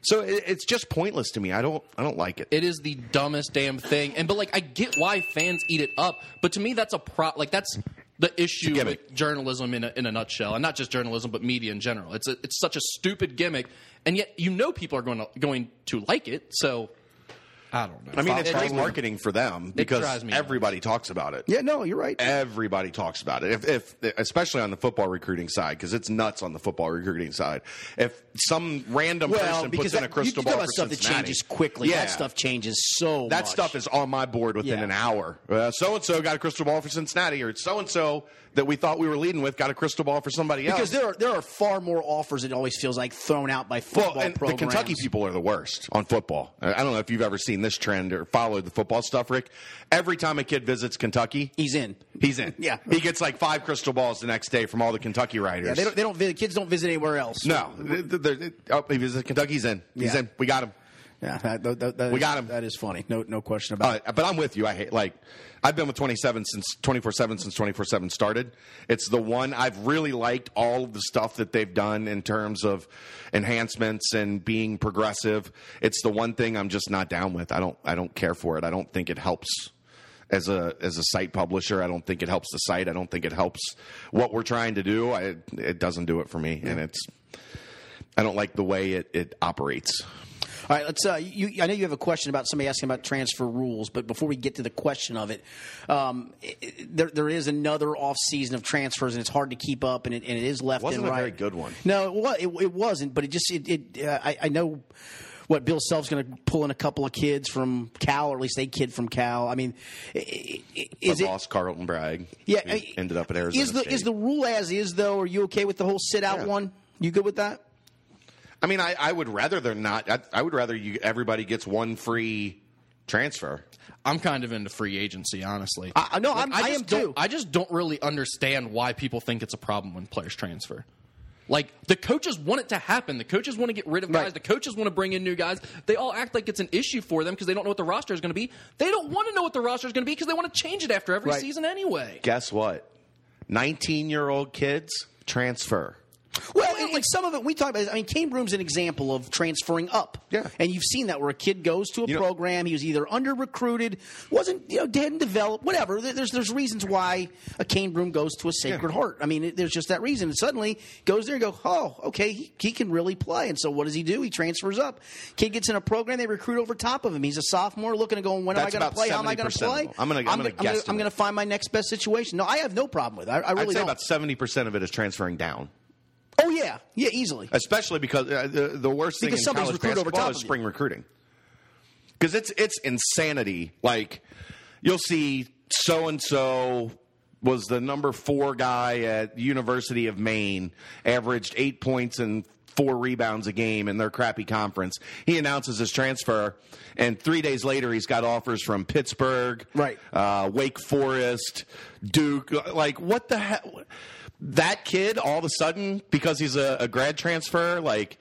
So it, it's just pointless to me. I don't I don't like it.
It is the dumbest damn thing. And but like I get why fans eat it up, but to me that's a pro like that's the issue
gimmick.
with journalism in a, in a nutshell, and not just journalism, but media in general. It's a, it's such a stupid gimmick, and yet you know people are going to going to like it. So I don't know.
I mean,
It
it's
drives
great
me-
marketing for them because
drives me nuts.
everybody talks about it.
Yeah, no, you're right.
Everybody talks about it, if, if especially on the football recruiting side, because it's nuts on the football recruiting side. If some random person puts in
that-
a
you, you talk
crystal ball
about
for
stuff
Cincinnati,
that changes quickly.
yeah,
That stuff changes so.
that
much.
stuff is on my board within
Yeah.
an hour. So and so got a crystal ball for Cincinnati, or so and so that we thought we were leading with got a crystal ball for somebody else.
because there are there are far more offers. It always feels like thrown out by football
Well, and the
programs.
Kentucky people are the worst on football. I I don't know if you've ever seen this trend or followed the football stuff, Rick. Every time a kid visits Kentucky,
he's in.
he's in.
Yeah.
he gets like five crystal balls the next day from all the Kentucky riders.
Yeah, they don't. They don't. vi- Kids don't visit anywhere else.
no, They're- they're- they're- oh, he visits Kentucky. He's in. He's
Yeah.
in. We got him.
Yeah, that, that- that- that
We
is-
got him.
That is funny. No, no question about
Uh, but I'm with you. I hate like I've been with 27 since 24 seven since 24 seven started. It's the one I've really liked all of the stuff that they've done in terms of enhancements and being progressive. It's the one thing I'm just not down with. I don't I don't care for it. I don't think it helps as a as a site publisher. I don't think it helps the site. I don't think it helps what we're trying to do. I, it doesn't do it for me, and it's. I don't like the way it, it operates.
it. All right, let's. Uh, you, I know you have a question about somebody asking about transfer rules, but before we get to the question of it, um, it- it- there there is another off season of transfers, and it's hard to keep up, and it, and it is left
Wasn't
and
a
right.
very good one.
No, it, wa- it, it wasn't, but it just it. it uh, I, I know what Bill Self's going to pull in a couple of kids from Cal, or at least a kid from Cal. I mean, i- i- i- is
I
it?
lost Carlton Bragg.
Yeah,
Who
I-
ended up at Arizona.
Is the
State.
is the rule as is though? Are you okay with the whole sit out
Yeah.
one? You good with that?
I mean, I, I would rather they're not. I, I would rather you everybody gets one free transfer.
I'm kind of into free agency, honestly.
I- I- no, I'm- I
just
am
don't-
too.
I just don't really understand why people think it's a problem when players transfer. Like the coaches want it to happen. The coaches want to get rid of guys.
Right.
The coaches want to bring in new guys. They all act like it's an issue for them because they don't know what the roster is going to be. They don't want to know what the roster is going to be because they want to change it after every
Right.
season anyway.
Guess what? Nineteen-year-old kids transfer.
Well, and, like some of it we talk about. I mean, Kane Broom's an example of transferring up.
Yeah.
and you've seen that where a kid goes to a
You know-
program, he was either under recruited, wasn't you know hadn't developed, whatever. There- There's there's reasons why a Kane Broom goes to a Sacred Heart. I mean, it, there's just that reason. And suddenly goes there and go, oh, okay, he, he can really play. And so what does he do? He transfers up. Kid gets in a program, they recruit over top of him. He's a sophomore, looking and going, when
That's
am I going
about
to play? How am I going to
70% of
play?
them. I'm gonna- I'm gonna
I'm
guesstimate.
I'm going to find my next best situation. No, I have no problem with it. I, I really
I'd say
don't.
about seventy percent of it is transferring down,
oh yeah, yeah, easily.
especially because uh, the, the worst thing
Because
in
somebody's
college
recruited over
basketball
top
is
of you.
spring recruiting. Because it's it's insanity. Like you'll see, so and so was the number four guy at University of Maine, averaged eight points and four rebounds a game in their crappy conference. He announces his transfer, and three days later, he's got offers from Pittsburgh,
Right.
uh, Wake Forest, Duke. Like what the hell? That kid, all of a sudden, because he's a, a grad transfer, like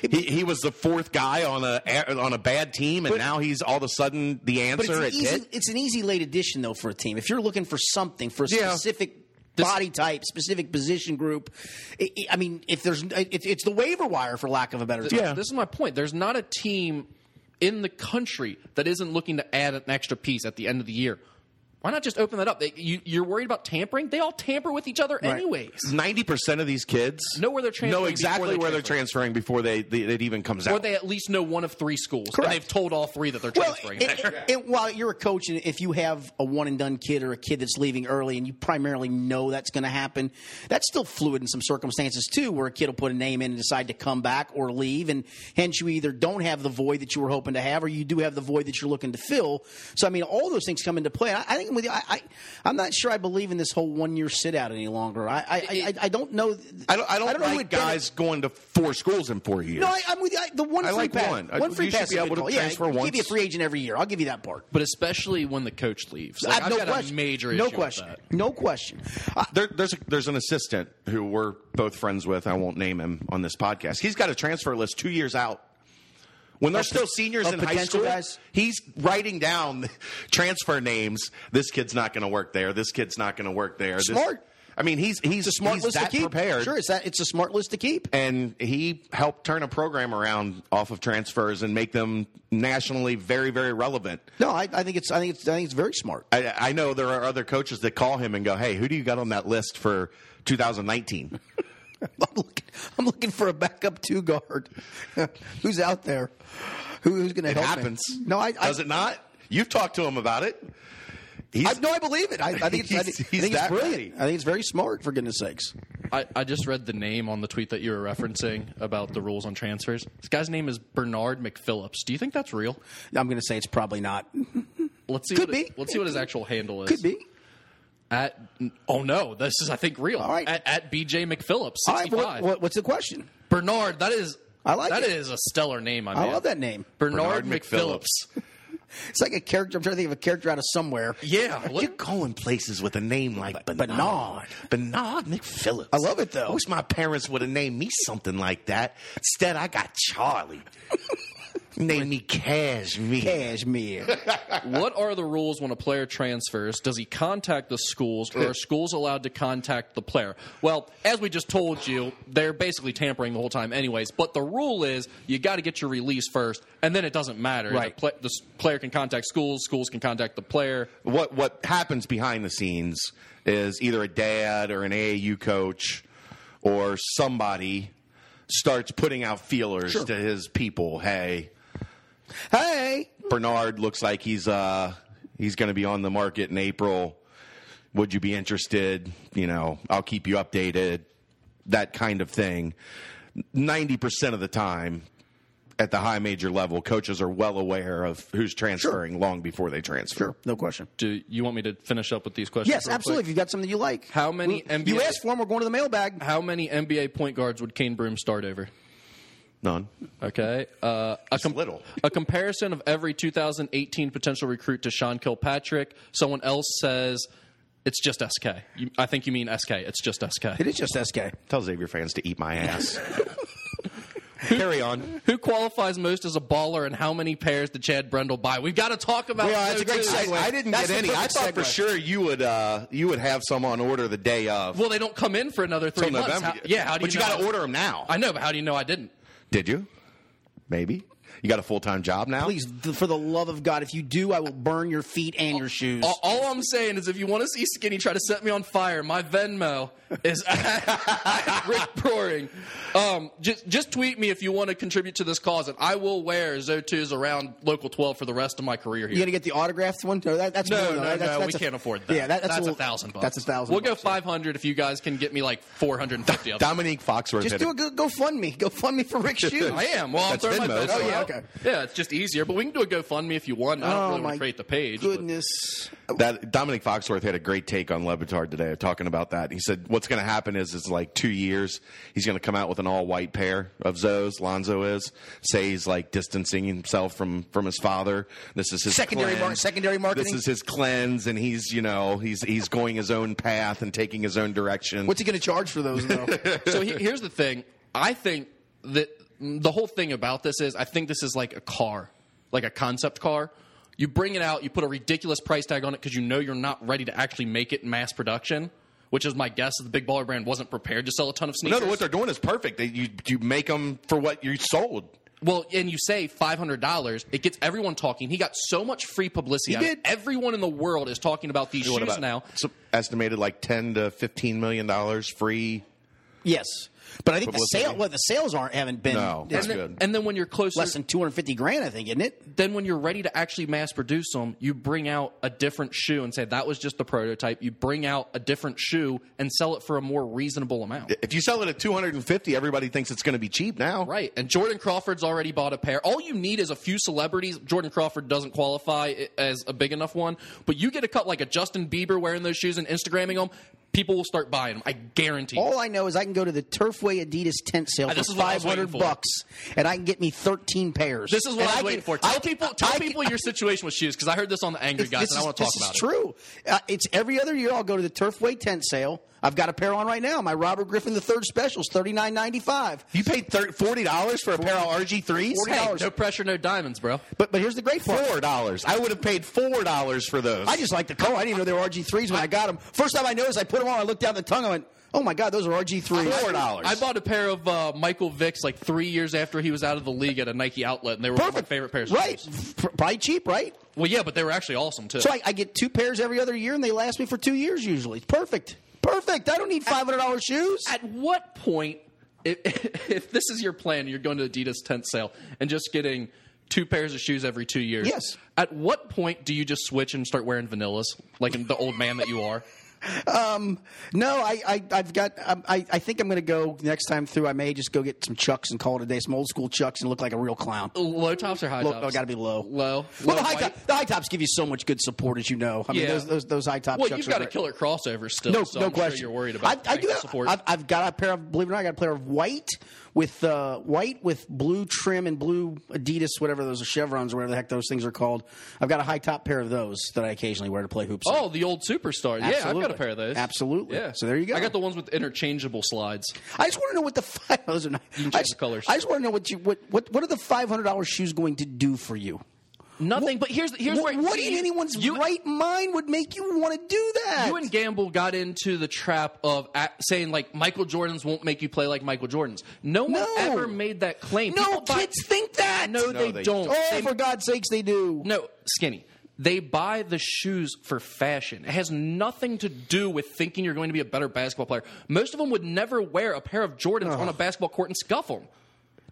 he, he was the fourth guy on a on a bad team, and now he's all of a sudden the
But it's
answer
an,
at
easy,
Pitt.
it's an easy late addition though for a team. If you're looking for something for a
Yeah.
specific body type, specific position group, i i I mean, if there's, it, it's the waiver wire for lack of a better term.
Yeah.
This is my point. There's not a team in the country that isn't looking to add an extra piece at the end of the year. Why not just open that up? They, you, you're worried about tampering. They all tamper with each other anyways.
Ninety percent of these kids
Know where they're transferring
know exactly
before they
where they're transferring before they, they it even comes
Or
out.
they at least know one of three schools,
Correct.
and they've told all three that they're
Well,
transferring.
it, it, it- while you're a coach, and if you have a one and done kid or a kid that's leaving early, and you primarily know that's going to happen, that's still fluid in some circumstances too, where a kid will put a name in and decide to come back or leave, and hence you either don't have the void that you were hoping to have, or you do have the void that you're looking to fill. So I mean, all those things come into play. And I, I think with you, I, I, I'm not sure I believe in this whole one year sit out any longer. I, I, I, I don't know.
I don't I don't,
know who
like
had been-
guys going to four schools in four years.
No, I, I'm with you. I, the one
I
free
like
pass.
one. I-
One free
you should
pass.
be
is a good
able to
call. yeah,
transfer
Give you a
once.
free agent every year. I'll give you that part.
but especially when the coach leaves,
I
like,
have
I've
no
got
question.
a major
no
issue
question.
With that.
No question. I,
there, there's a, there's an assistant who we're both friends with. I won't name him on this podcast. He's got a transfer list two years out When they're
Of-
still seniors
of
in high
potential
school,
guys?
he's writing down transfer names. This kid's not going to work there. This kid's not going to work there. This-
Smart.
I mean, he's he's
It's a smart
he's
list to
that
keep.
prepared.
Sure, it's that. It's a smart list to keep.
And he helped turn a program around off of transfers and make them nationally very, very relevant.
No, I, I think it's. I think it's. I think it's very smart.
I, I know there are other coaches that call him and go, "Hey, who do you got on that list for 2019?"
I'm looking, I'm looking for a backup two guard. who's out there? Who, who's going to
It
help me?
happens.
No, I, I
does it not? You've talked to him about it.
I,
He's,
no, I believe it. I, I think it's, I, think-
He's-
I
he's
think it's
that
brilliant.
ready.
I think it's very smart. For goodness sakes,
I, I just read the name on the tweet that you were referencing about the rules on transfers. This guy's name is Bernard McPhillips. Do you think that's real?
I'm going to say it's probably not.
Let's see.
Could
what it-
be.
let's see what his actual handle is.
Could be.
At oh no, this is I think real.
All right.
At, at BJ McPhillips
All right,
sixty
what-
five.
what- what's the question?
Bernard, that is.
I like
that
it.
is a stellar name. I,
I
mean.
love that name.
Bernard,
Bernard
McPhillips.
It's like a character. I'm trying to think of a character out of somewhere.
Yeah,
You're
what-
going places with a name like Bernard.
Bernard.
Bernard McPhillips.
I love it, though.
I wish my parents would have named me something like that. Instead, I got Charlie. Name me Cashmere.
Cashmere.
what are the rules when a player transfers? Does he contact the schools, or are schools allowed to contact the player? Well, as we just told you, they're basically tampering the whole time, anyways. But the rule is you got to get your release first, and then it doesn't matter.
Right.
The, pla- the s- player can contact schools, schools can contact the player.
What what happens behind the scenes is either a dad or an AAU coach or somebody starts putting out feelers to his people. Hey,
hey,
Bernard looks like he's uh he's going to be on the market in April. Would you be interested? You know, I'll keep you updated. That kind of thing. Ninety percent of the time, at the high major level, coaches are well aware of who's transferring long before they transfer.
no question.
Do you want me to finish up with these questions?
Yes,
real quick?
absolutely. If you've got something you like,
How many
Well,
NBA
You asked for them. We're going to the mailbag.
How many NBA point guards would Kane Broom start over?
None.
Okay. Uh, a, com-
little.
a comparison of every 2018 potential recruit to Sean Kilpatrick. Someone else says it's just SK. You, I think you mean SK. It's just SK.
It is just SK.
Tell Xavier fans to eat my ass. Carry on.
Who qualifies most as a baller, and how many pairs did Chad Brendel buy? We've got to talk about.
Yeah, that's
those
a great
two.
segue.
I, I didn't
That's
get
the
any. I
perfect
thought for
segue.
sure you would uh, you would have some on order the day of.
Well, they don't come in for another three
Till
months.
November.
How- yeah. How do
but you
know
got
I-
to order them now.
I know, but how do you know I didn't?
Did you? Maybe. You got a full time job now?
Please, th- for the love of God, if you do, I will burn your feet and your shoes.
All, all I'm saying is, if you want to see Skinny try to set me on fire, my Venmo is Rick Broering. Um, just, just tweet me if you want to contribute to this cause, and I will wear Zotus around Local 12 for the rest of my career
You
here.
gonna get the autographed one? No, that, that's
no,
more,
no,
though.
no,
that's, that's
we
a-
can't afford that.
Yeah, that- that's,
that's
little-
a thousand bucks.
That's a thousand.
We'll go
bucks.
500 if you guys can get me like 450 of them.
Dominique Foxworth.
Just
hit
do a
it.
go, GoFundMe. GoFundMe for Rick shoes.
I am. Well,
That's
I'm throwing my
Venmo,
best.
so-
Oh, yeah,
out.
okay. Oh
Yeah, it's just easier. But we can do a GoFundMe if you want. I don't really want
my
to create the page. but-
Goodness.
That Dominic Foxworth had a great take on Levitard today, talking about that. He said, "What's going to happen is, it's like two years. He's going to come out with an all-white pair of Zoes. Lonzo is say he's like distancing himself from from his father. This is his
Secondary mar-
cleanse.
secondary marketing?
This is his cleanse, and he's you know he's he's going his own path and taking his own direction.
What's he gonna charge for those though?
so he- here's the thing. I think that the whole thing about this is I think this is like a car, like a concept car. You bring it out, you put a ridiculous price tag on it because you know you're not ready to actually make it in mass production. Which is my guess that the big baller brand wasn't prepared to sell a ton of
no,
sneakers.
what they're doing is perfect. They, you you make them for what you sold.
well, and you say five hundred dollars, it gets everyone talking. He got so much free publicity.
He
out of it.
did.
Everyone in the world is talking about these shoes now.
So estimated like ten to fifteen million dollars free.
yes, but I think
Publicity.
the sale. Well, the sales aren't haven't been
No,
it's
that's
and, then,
good.
and then when you're closer,
less than two hundred fifty grand. I think, isn't it?
then when you're ready to actually mass produce them, you bring out a different shoe and say that was just the prototype. You bring out a different shoe and sell it for a more reasonable amount.
If you sell it at 250, everybody thinks it's going to be cheap now.
Right, and Jordan Crawford's already bought a pair. All you need is a few celebrities. Jordan Crawford doesn't qualify i- as a big enough one, but you get a cut like a Justin Bieber wearing those shoes and Instagramming them, people will start buying them. I guarantee. you.
All I know is I can go to the Turfway Adidas tent sale
Ah, this
for
is what I
five
was waiting
hundred
for.
bucks, and I can get me thirteen pairs.
This is
And
what I was
can-
waiting for. Tell
I-
people, tell
I-
people your situation with shoes because I heard this on the Angry Guys,
This
and I
is-
want to talk
this
about
is
it.
true. Uh, it's every other year I'll go to the Turfway tent sale. I've got a pair on right now. My Robert Griffin III specials, thirty nine ninety five.
You paid thir- forty dollars for a pair of RG threes.
Forty
Hey,
dollars.
no pressure, no diamonds, bro.
But but here's the great part.
Four dollars. I would have paid four dollars for those.
I just like the color. I didn't even know they were RG threes when I got them. First time I noticed, I put them on. I looked down the tongue. I went, "Oh my god, those are RG threes."
four dollars.
I bought a pair of uh, Michael Vick's like three years after he was out of the league at a Nike outlet, and they were one of my
Perfect.
favorite pairs. of
Right.
shoes.
F- Probably cheap, right?
Well, yeah, but they were actually awesome too.
So I, I get two pairs every other year, and they last me for two years usually. It's Perfect. Perfect. I don't need five hundred dollars shoes.
at what point, if, if this is your plan, you're going to Adidas tent sale and just getting two pairs of shoes every two years.
Yes.
At what point do you just switch and start wearing vanillas, like the old man that you are?
No, I, I I've got. um, I, I think I'm going to go next time through. I may just go get some chucks and call it a day. Some old school chucks and look like a real clown.
Low tops or high
Look,
tops?
I got to be low.
Low.
Well,
Low
the high,
white?
top, the high tops give you so much good support, as you know. I mean,
Yeah.
those, those those high top.
Well,
chucks
you've
are
got a
great.
killer crossover still.
No,
so
no
I'm
question.
Sure you're worried about
I, I do.
ankle
have-
support.
I've, I've got a pair of. Believe it or not, I got a pair of white with uh, white with blue trim and blue Adidas, whatever those are, chevrons, or whatever the heck those things are called. I've got a high top pair of those that I occasionally wear to play hoops. in.
Oh, the old superstar. Yeah, I've got
Absolutely.
a pair of those.
Absolutely.
Yeah.
So there you go.
I got the ones with interchangeable slides.
I just want to know what the five. Those are not,
can
I
check
just,
the colors.
I just want to know what you what what, what are the five hundred dollars shoes going to do for you?
Nothing. but here's here's
what,
where
what
see,
in anyone's
you,
right mind would make you want to do that?
You and Gamble got into the trap of at, saying like Michael Jordan's won't make you play like Michael Jordan's. No one
No.
ever made that claim.
no
People buy-
kids think that.
No, they,
they
don't.
Oh,
They-
for God's sakes, they do.
no, skinny. They buy the shoes for fashion. It has nothing to do with thinking you're going to be a better basketball player. Most of them would never wear a pair of Jordans on a basketball court and scuff them.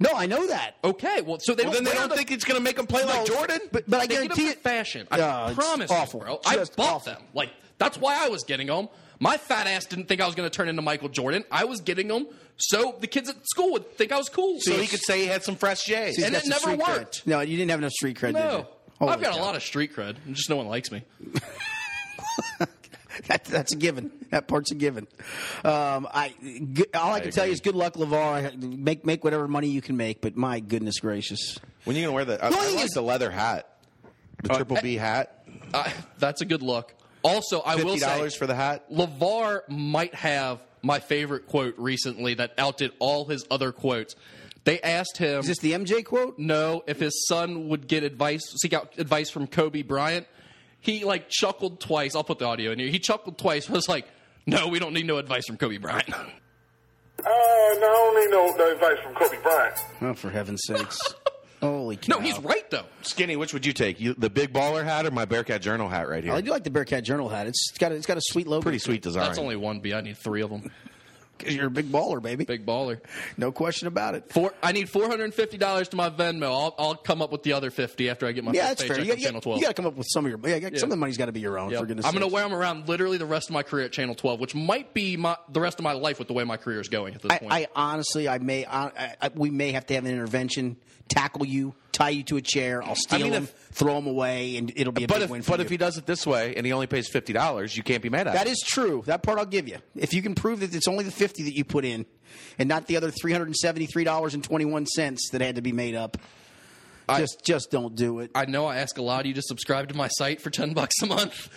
No, I know that.
Okay, well, so they
Well,
don't.
then they
wear
don't
the-
think it's going to make them play like Jordan.
But but I
they get
guarantee
them
it.
for fashion. I
Yeah, it's
promise,
awful.
you, bro. I
Just
bought
awful.
them. Like that's why I was getting them. My fat ass didn't think I was going to turn into Michael Jordan. I was getting them so the kids at school would think I was cool.
so he could say he had some fresh J's.
and
That's
it
the
never
street cred.
worked.
No, you didn't have enough street cred. did you?
no,
Holy
I've got
cow.
a lot of street cred. Just no one likes me.
That, that's a given. That part's a given. Um, I g- all I, can tell you is good luck, Levar. Make make whatever money you can make. But my goodness gracious,
when are you going to wear that? I,
The
I
only
like
is-
the leather hat, the triple B hat.
I, that's a good look. Also, I will
Fifty
say
dollars for the hat.
Lavar might have my favorite quote recently that outdid all his other quotes. They asked him,
is this the MJ quote?
know if his son would get advice, seek out advice from Kobe Bryant. He like chuckled twice. I'll put the audio in here. He chuckled twice. I was like, no, we don't need no advice from Kobe Bryant.
Uh, no, I don't need no, no advice from Kobe Bryant.
Oh, for heaven's sakes! Holy cow!
No, he's right though.
Skinny, which would you take? You, the big baller hat or my Bearcat Journal hat right here?
I do like the Bearcat Journal hat. It's got a, it's got a sweet logo.
Pretty sweet design.
That's only one B. I need three of them.
'Cause You're a big baller, baby.
Big baller.
No question about it.
Four. I need four hundred and fifty dollars to my Venmo. I'll, I'll come up with the other fifty after I get my
Yeah,
first
that's fair.
paycheck
You,
from Channel
got- you,
Twelve.
got to come up with some of your. Yeah, you got- some of the money's got to be your own.
Yep.
For
I'm
goodness'
going to
sakes.
wear them around literally the rest of my career at Channel 12, which might be my, the rest of my life with the way my career is going at this
I,
point.
I honestly, I may, I, I, we may have to have an intervention, tackle you, tie you to a chair. I'll steal
mean,
him,
if-
throw him away, and it'll be a
but
big
if,
win. For
but
you.
if he does it this way and he only pays fifty dollars, you can't be mad at
that
him.
is true. That part I'll give you. If you can prove that it's only the fifty that you put in, and not the other three hundred and seventy-three dollars and twenty-one cents that had to be made up, just just don't do it.
I know I ask a lot of you to subscribe to my site for 10 bucks a month.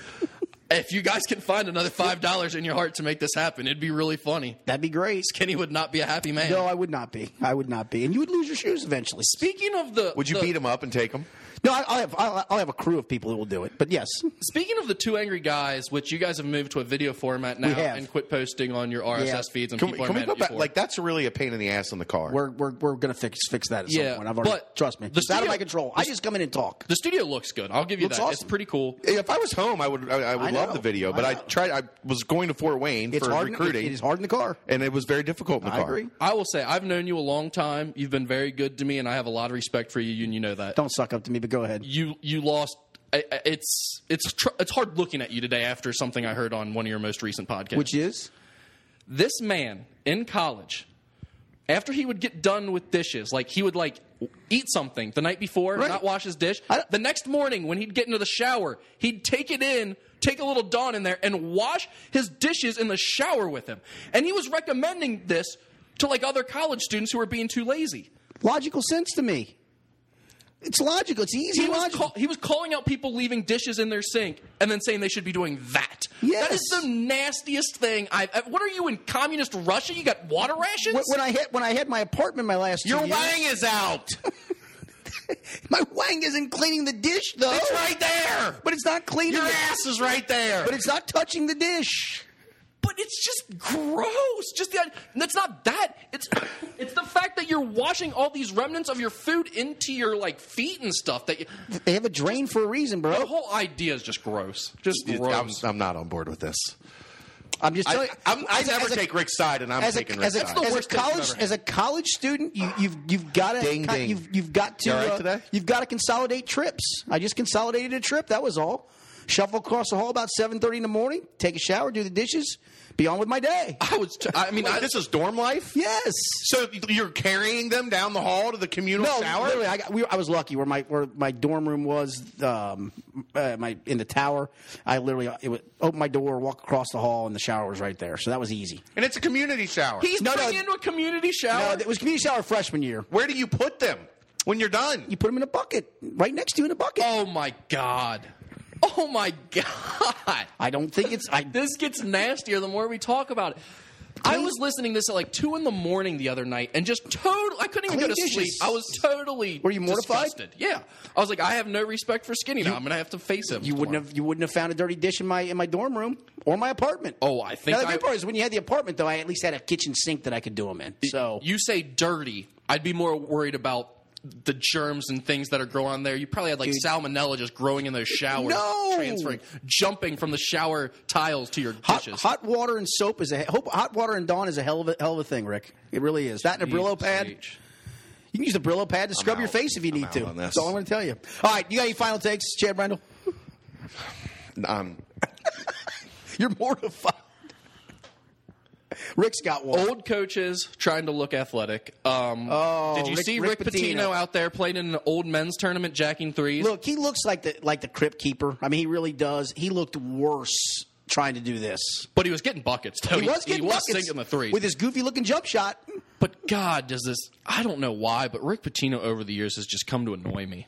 if you guys can find another $5 in your heart to make this happen, it'd be really funny.
That'd be great.
Kenny would not be a happy man.
No, I would not be. I would not be, and you would lose your shoes eventually.
Speaking of the
Would you
the-
beat him up and take him?
No, I, I'll have I'll, I'll have a crew of people who will do it. But yes,
Speaking of the two angry guys, which you guys have moved to a video format now
have.
and quit posting on your RSS
Yeah.
feeds and
Can we,
people
can
are
we
mad
go
at you
back?
for it.
Like that's really a pain in the ass in the car.
we're we're, we're going to fix fix that at some
Yeah,
point. I've already
but
trust me.
the
It's out of
studio-
my control. I just come in and talk.
the studio looks good. I'll give you
Looks
that. It's
awesome.
pretty cool.
if I was home, I would I, I would
I
love
know.
the video, but
I
I,
know.
tried. I was going to Fort Wayne
It's
for
hard.
recruiting,
it is hard in the car.
and it was very difficult in the
I
car.
agree.
I will say I've known you a long time. You've been very good to me, and I have a lot of respect for you, and you know that.
Don't suck up to me, but go ahead.
you you lost. I- I- It's it's tr- it's hard looking at you today after something I heard on one of your most recent podcasts.
Which is
this man in college, after he would get done with dishes, like he would like eat something the night before,
Right.
not wash his dish.
I don't-
The next morning when he'd get into the shower, he'd take it in, take a little Dawn in there, and wash his dishes in the shower with him. And he was recommending this to like other college students who were being too lazy.
logical sense to me.
It's logical. It's easy.
He was,
logic.
call, he was calling out people leaving dishes in their sink and then saying they should be doing that. That is
Yes.
the nastiest thing I've. I- What are you in communist Russia? You got water rations?
When- When I had when I had my apartment my last
Your
two years,
wang is out.
My wang isn't cleaning the dish though.
Oh.
It's right there.
But it's not cleaning.
Your
it.
ass is right there.
But it's not touching the dish.
But it's just gross. Just the that's not that. It's it's the fact that you're washing all these remnants of your food into your like feet and stuff. That you,
they have a drain for a reason,
the
bro.
whole idea is just gross. Just
It- I'm,
gross.
I'm not on board with this.
I'm just
I,
telling.
I'm, I
as-
never
as a-
take Rick's side, and I'm
as
taking
a,
Rick's
as a,
side.
the
as a
worst thing I've
college
ever had.
as a college student, you, you've you've got to
Ding, ding.
You've, you've got to
You all right
uh,
today?
you've got to consolidate trips. I just consolidated a trip. That was all. Shuffle across the hall about seven thirty in the morning. Take a shower, do the dishes, be on with my day.
I was. T- I mean, I,
Wait, this is dorm life.
Yes.
So you're carrying them down the hall to the communal
No,
shower?
literally, I, got, we, I was lucky where my where my dorm room was, um, uh, my in the tower. I literally it would open my door, walk across the hall, and the shower was right there. So that was easy.
and it's a community shower.
he's
no, no.
bringing into a community
No,
shower.
it was community shower freshman year.
Where do you put them when you're done?
You put them in a bucket, right next to you in a bucket.
oh my god. Oh my god.
I don't think it's. I
This gets nastier the more we talk about it. I was listening to this at like two in the morning the other night, and just total. I couldn't even
Clean
go to
dishes.
sleep. I was totally.
Were you mortified?
disgusted. Yeah, I was like, I have no respect for Skinny now. I'm gonna have to face him.
You wouldn't have you wouldn't have found a dirty dish in my in my dorm room or my apartment.
Oh, I think
Now, the good
I-
part is when you had the apartment though, I at least had a kitchen sink that I could do them in. So
You say dirty. I'd be more worried about the germs and things that are growing on there. You probably had like salmonella just growing in those showers,
No!
transferring, jumping from the shower tiles to your
hot,
dishes.
hot water and soap is a he- hope- hot water and Dawn is a hell of a hell of a thing, Rick. It really is. That and a Brillo
Jesus
pad.
H.
You can use the Brillo pad to scrub your
out.
face if you
I'm
need
out
to.
on this.
That's all I'm going to tell you. All right, you got any final takes, Chad Brendel?
Um,
You're mortified. Rick's got one.
Old coaches trying to look athletic. Um,
Oh,
did you
Rick-
see
Rick
Rick,
Pitino.
Pitino. out there playing in an old men's tournament, jacking threes?
Look, he looks like the like the crypt keeper. I mean, he really does. He looked worse trying to do this.
but he was getting buckets. Though.
He was getting
he was
buckets
sinking the threes.
with his goofy looking jump shot.
But God, does this? I don't know why, but Rick Pitino over the years has just come to annoy me.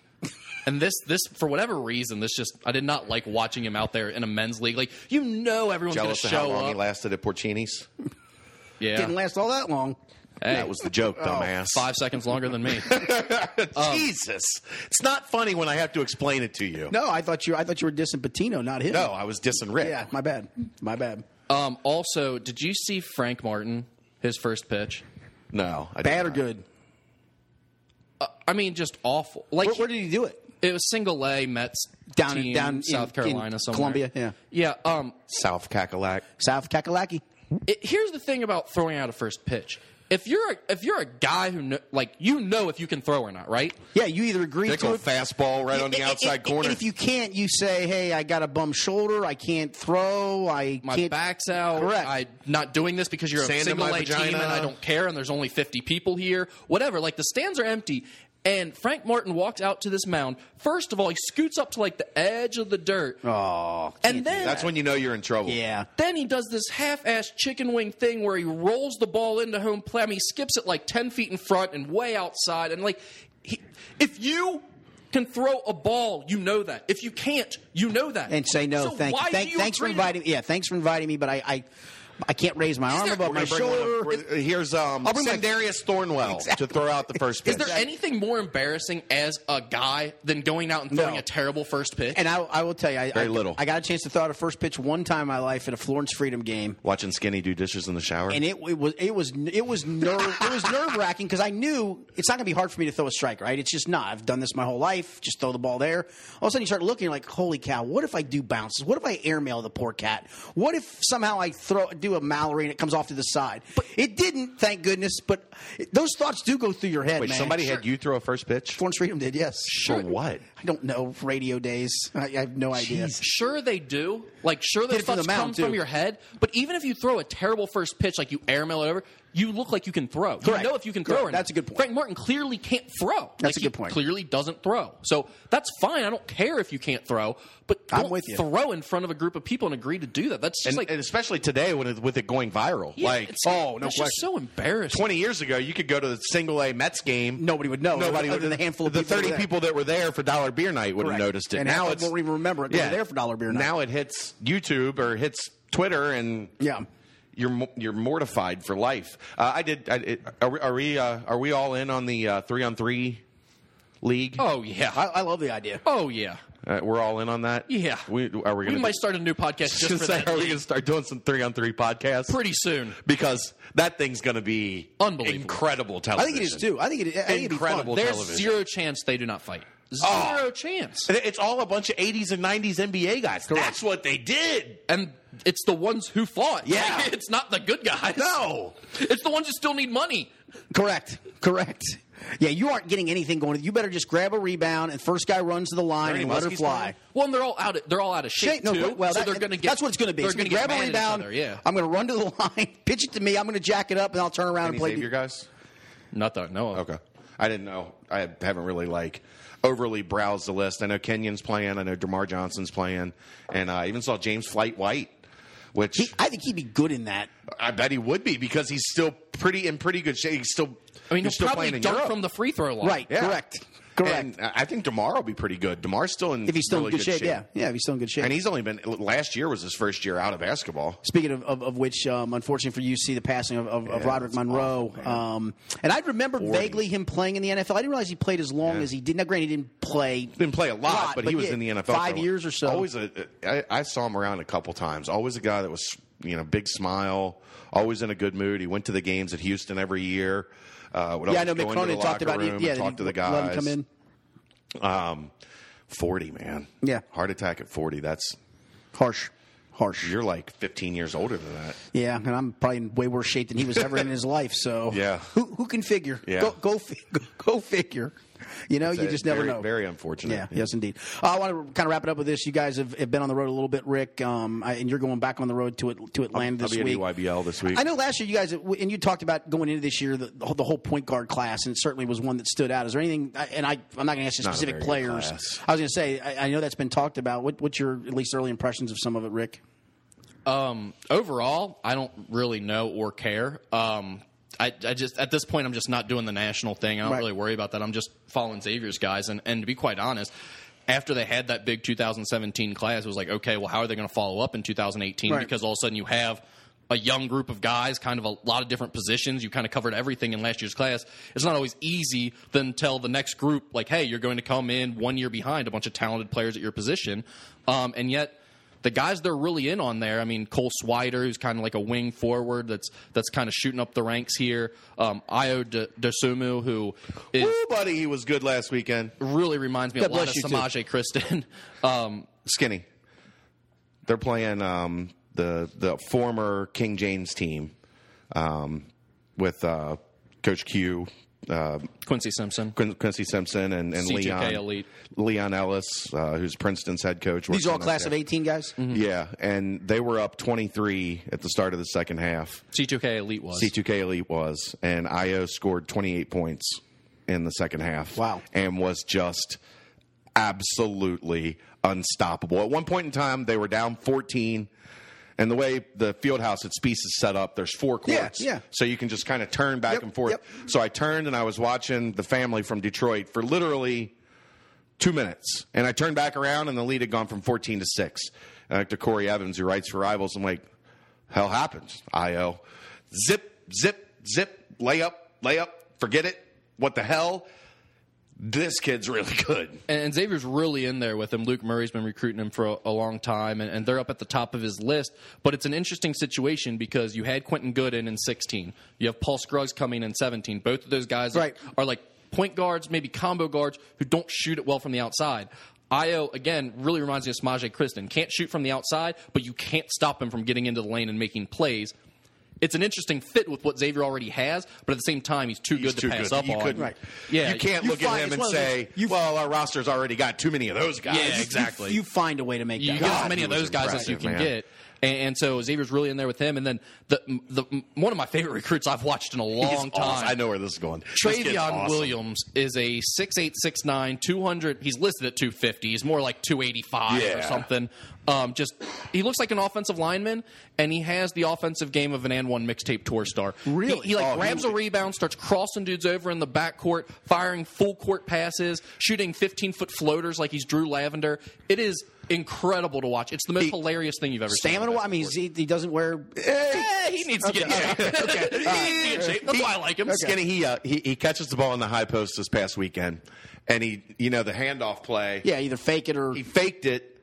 And this, this for whatever reason, this just I did not like watching him out there in a men's league. Like you know, everyone's going to
jealous of how
show
long he
up.
lasted at Porcini's.
yeah,
Didn't last all that long.
Hey,
That was the joke,
Oh,
dumbass.
five seconds longer than me.
Um,
Jesus, it's not funny when I have to explain it to you.
No, I thought you. I thought you were dissing Patino, not him.
No, I was dissing Rick.
Yeah, my bad. My bad.
um, also, did you see Frank Martin his first pitch?
No, I did
Bad or
not.
good?
I mean, just awful. Like
Where, where did he do it?
it was single A Mets
Down in
team,
down in-
South Carolina
in
somewhere.
Columbia. Yeah,
Yeah. Um,
South Cackalack.
South Kakalaki.
it, here's the thing about throwing out a first pitch. If you're a, if you're a guy who kn- like you know if you can throw or not, right?
Yeah, you either agree to
Nickel
it.
fastball right on the
And-
outside
and-
corner.
And if you can't, you say, "Hey, I got a bum shoulder. I can't throw. I
My
can't."
back's out.
Correct.
I'm not doing this because you're
Sand
a
in
single
my
A team
vagina.
and I don't care. And there's only 50 people here. Whatever. Like the stands are empty. And Frank Martin walks out to this mound. First of all, he scoots up to like the edge of the dirt.
Oh,
and then
That's when you know you're in trouble.
yeah.
Then he does this half-assed chicken wing thing where he rolls the ball into home plate. I mean, he skips it like ten feet in front and way outside. And like, he, if you can throw a ball, you know that. If you can't, you know that.
And say no,
So
thank
why
you.
do
Thank, thanks for
agree to-
inviting. Yeah, thanks for inviting me, but I, I, I can't raise my arm
there-
above
We're
my
gonna bring one up.
shoulder.
We're- Here's um,
I'll bring my-
Sendarius Thornwell to throw out the first pitch.
Is there anything more embarrassing as a guy than going out and throwing
No.
a terrible first pitch?
And I, I will tell you, I,
Very
I,
little.
I got a chance to throw out a first pitch one time in my life at a Florence Freedom game,
Watching Skinny do dishes in the shower.
and it, it was it was it was nerve it was nerve wracking because I knew it's not going to be hard for me to throw a strike. Right? It's just not. I've done this my whole life. Just throw the ball there. All of a sudden, you start looking you're like, holy cow! What if I do bounces? What if I airmail the poor cat? What if somehow I throw do a Mallory and it comes off to the side? But it didn't, thank goodness. But it- those thoughts do go through your head.
Wait,
man.
somebody had you throw a first pitch
Florence Freedom did, yes.
for what?
I don't know radio days. I, I have no idea.
Sure, they do. Like, sure,
Hit
those
it from
thoughts
the mound,
come from
too.
your head. But even if you throw a terrible first pitch, like you airmail it over, you look like you can throw.
Correct.
You know if you can
Correct.
throw or not.
That's a good point.
Frank Martin clearly can't throw.
That's
Like,
a
he
good point.
Clearly doesn't throw. So that's fine. I don't care if you can't throw, but
I'm
don't
with you.
throw in front of a group of people and agree to do that. That's just
and,
like
and especially today when it, with it going viral.
Yeah,
like,
it's-
oh, no
that's
question.
Just so embarrassing.
Twenty years ago, you could go to the single A Mets game.
Nobody would know,
Nobody
other
would.
than the handful of
the
people that
thirty
were there.
people that were there for dollar beer night would have
Correct.
noticed it.
And half
now
of
it's
them won't even remember it. They were there for dollar beer night.
Now it hits YouTube or hits Twitter, and
Yeah.
you're mo- you're mortified for life. Uh, I did. I, it, are we are we, uh, are we all in on the uh, three on three league?
oh yeah.
I, I love the idea.
oh yeah.
Uh, we're all in on that.
Yeah.
We, are we
We
going
might start a new podcast just for that.
are we going to start doing some three on three podcasts
Pretty soon.
because that thing's going to be
Unbelievable.
incredible
I
television.
think it is too. I think it. I think it'd be fun.
Incredible.
There's
television.
zero chance they do not fight. Zero
Oh.
chance.
And It's all a bunch of 80s and 90s NBA guys. That's what they did.
and it's the ones who fought.
Yeah.
Like, it's not the good guys.
No.
it's the ones who still need money.
Correct. Correct. Yeah, you aren't getting anything going. You better just grab a rebound and first guy runs to the line
Ernie
and let her
Muskie's
fly.
Well, and they're all out. Of, they're all out of shape
no,
too.
well,
so
that-
they're going to get.
that's what it's going to be.
They're
It's
going to
grab
get
a
mad at each
rebound.
other, Yeah.
I'm going to run to the line, pitch it to me. I'm going to jack it up, and I'll turn around
Any
and play.
Xavier guys?
not that. No.
Okay. I didn't know. I haven't really, like, overly browsed the list. I know Kenyon's playing. I know DeMar Johnson's playing. And I even saw James Flight White, which
He- I think he'd be good in that.
I bet he would be because he's still pretty in pretty good shape. He's still,
I mean,
he's
he'll
still playing
probably
in
dunk
Europe.
from the free throw line.
Right.
Yeah.
Correct. Correct.
And I I think DeMar will be pretty good. DeMar's still in
if he's still
really
in good shape, yeah, yeah. If he's still in good shape.
And he's only been, last year was his first year out of basketball.
Speaking of, of, of which, um, unfortunately for UC, the passing of, of, of Roderick
it's
Monroe.
awful, man.
um, and I remember vaguely him playing in the NFL. I didn't realize he played as long as he did. Now, granted, he didn't play.
didn't play a lot,
Lot,
but,
but
he was
yeah,
in the NFL
five
for a-
years or so.
Always a, I, I saw him around a couple times. Always a guy that was you know big smile, always in a good mood. He went to the games at Houston every year. Uh, would
Yeah, I
always
know
go
Mick
into
Cronin
the
talked
locker
about it.
room
Yeah,
and
that
talk to
he
the guys.
Let him come in.
Um, forty man.
Yeah.
heart attack at forty. That's
Harsh, harsh.
you're like fifteen years older than that.
Yeah, and I'm probably in way worse shape than he was ever in his life. So
Yeah.
who who can figure?
Yeah.
go go, fi- go figure. You know, you
It's
just
a-
never
very-
know.
Very unfortunate.
Yeah, yes, indeed. Uh, I want to kind of wrap it up with this. You guys have, have been on the road a little bit, Rick, um, I, and you're going back on the road to it, to Atlanta
I'll
this
be at E
week.
EYBL this week.
I know last year you guys and you talked about going into this year the, the whole- the whole point guard class, and it certainly was one that stood out. Is there anything? And I I'm not going to ask you
Not a
specific
very good
players.
class.
I was going to say I, I know that's been talked about. What, what's your at least early impressions of some of it, Rick?
Um, overall, I don't really know or care. Um, I, I just at this point, I'm just not doing the national thing. I don't
Right.
really worry about that. I'm just following Xavier's guys, and and to be quite honest. After they had that big 2017 class, it was like, okay, well, how are they going to follow up in 2018?
Right.
Because all of a sudden you have a young group of guys, kind of a lot of different positions. You kind of covered everything in last year's class. It's not always easy then tell the next group, like, hey, you're going to come in one year behind a bunch of talented players at your position. Um, and yet, the guys they're really in on there. I mean, Cole Swider, who's kind of like a wing forward that's that's kind of shooting up the ranks here. Um, Io De- Dosumu, who is
Woo, buddy, he was good last weekend.
really reminds me a
God
lot
bless
of
you, too.
Samaje Kristen. Um,
Skinny. They're playing um, the the former King James team um, with uh, Coach Q, uh,
Quincy Simpson.
Quin- Quincy Simpson, and, and
CJK
Leon
elite.
Leon Ellis, uh, who's Princeton's head coach.
These
works
are all
on that
class of
staff.
18 guys.
Yeah, and they were up twenty three at the start of the second half.
C2K Elite was.
C2K Elite was, and IO scored 28 points in the second half.
Wow.
And was just absolutely unstoppable. At one point in time, they were down 14. And the way the field house at Spies is set up, there's four
Yeah,
courts.
yeah.
So you can just kind of turn back
Yep,
and forth.
yep.
So I turned and I was watching the family from Detroit for literally two minutes. And I turned back around and the lead had gone from 14 to 6. And I looked to Corey Evans, who writes for Rivals, I'm like, hell happens, IO. Zip, zip, zip, lay up, lay up, forget it. What the hell? This kid's really good.
and, and Xavier's really in there with him. Luke Murray's been recruiting him for a, a long time, and, and they're up at the top of his list. But it's an interesting situation because you had Quentin Gooden in 16, you have Paul Scruggs coming in 17. Both of those guys
Right.
are like point guards, maybe combo guards who don't shoot it well from the outside. Io again really reminds me of Samaje Kristen. Can't shoot from the outside, but you can't stop him from getting into the lane and making plays. it's an interesting fit with what Xavier already has, but at the same time, he's too
He's
good
too
to pass
good.
up
you
on.
couldn't-
Right.
Yeah,
you can't
you
look
find-
at him
it's
and
one of those-
say,
you-
"Well, our roster's already got too many of those guys."
Yeah, exactly.
You find a way to make
you
that.
get
God,
as many
he
of
was
those guys as you can
impressive, man.
get. And, and so Xavier's really in there with him. And then the, the one of my favorite recruits I've watched in a
He's
long time.
awesome. I know where this is going. This kid's
Travion
awesome.
Williams is a 6'8", 6'9", 200. He's listed at 250. He's more like 285 or
Yeah.
something. Um, just He looks like an offensive lineman, and he has the offensive game of an and one mixtape tour star.
Really?
He, he, like
Oh,
grabs
he-
a rebound, starts crossing dudes over in the backcourt, firing full court passes, shooting 15-foot floaters like he's Drew Lavender. It is incredible to watch. It's the most hilarious thing you've ever seen.
Stamina. I mean, he, he doesn't wear.
Eh, he needs to get in shape. he needs to get in shape. That's why I like him.
Skinny, he, uh, he he catches the ball in the high post this past weekend, and he you know the handoff play.
Yeah, either fake it or
he faked it,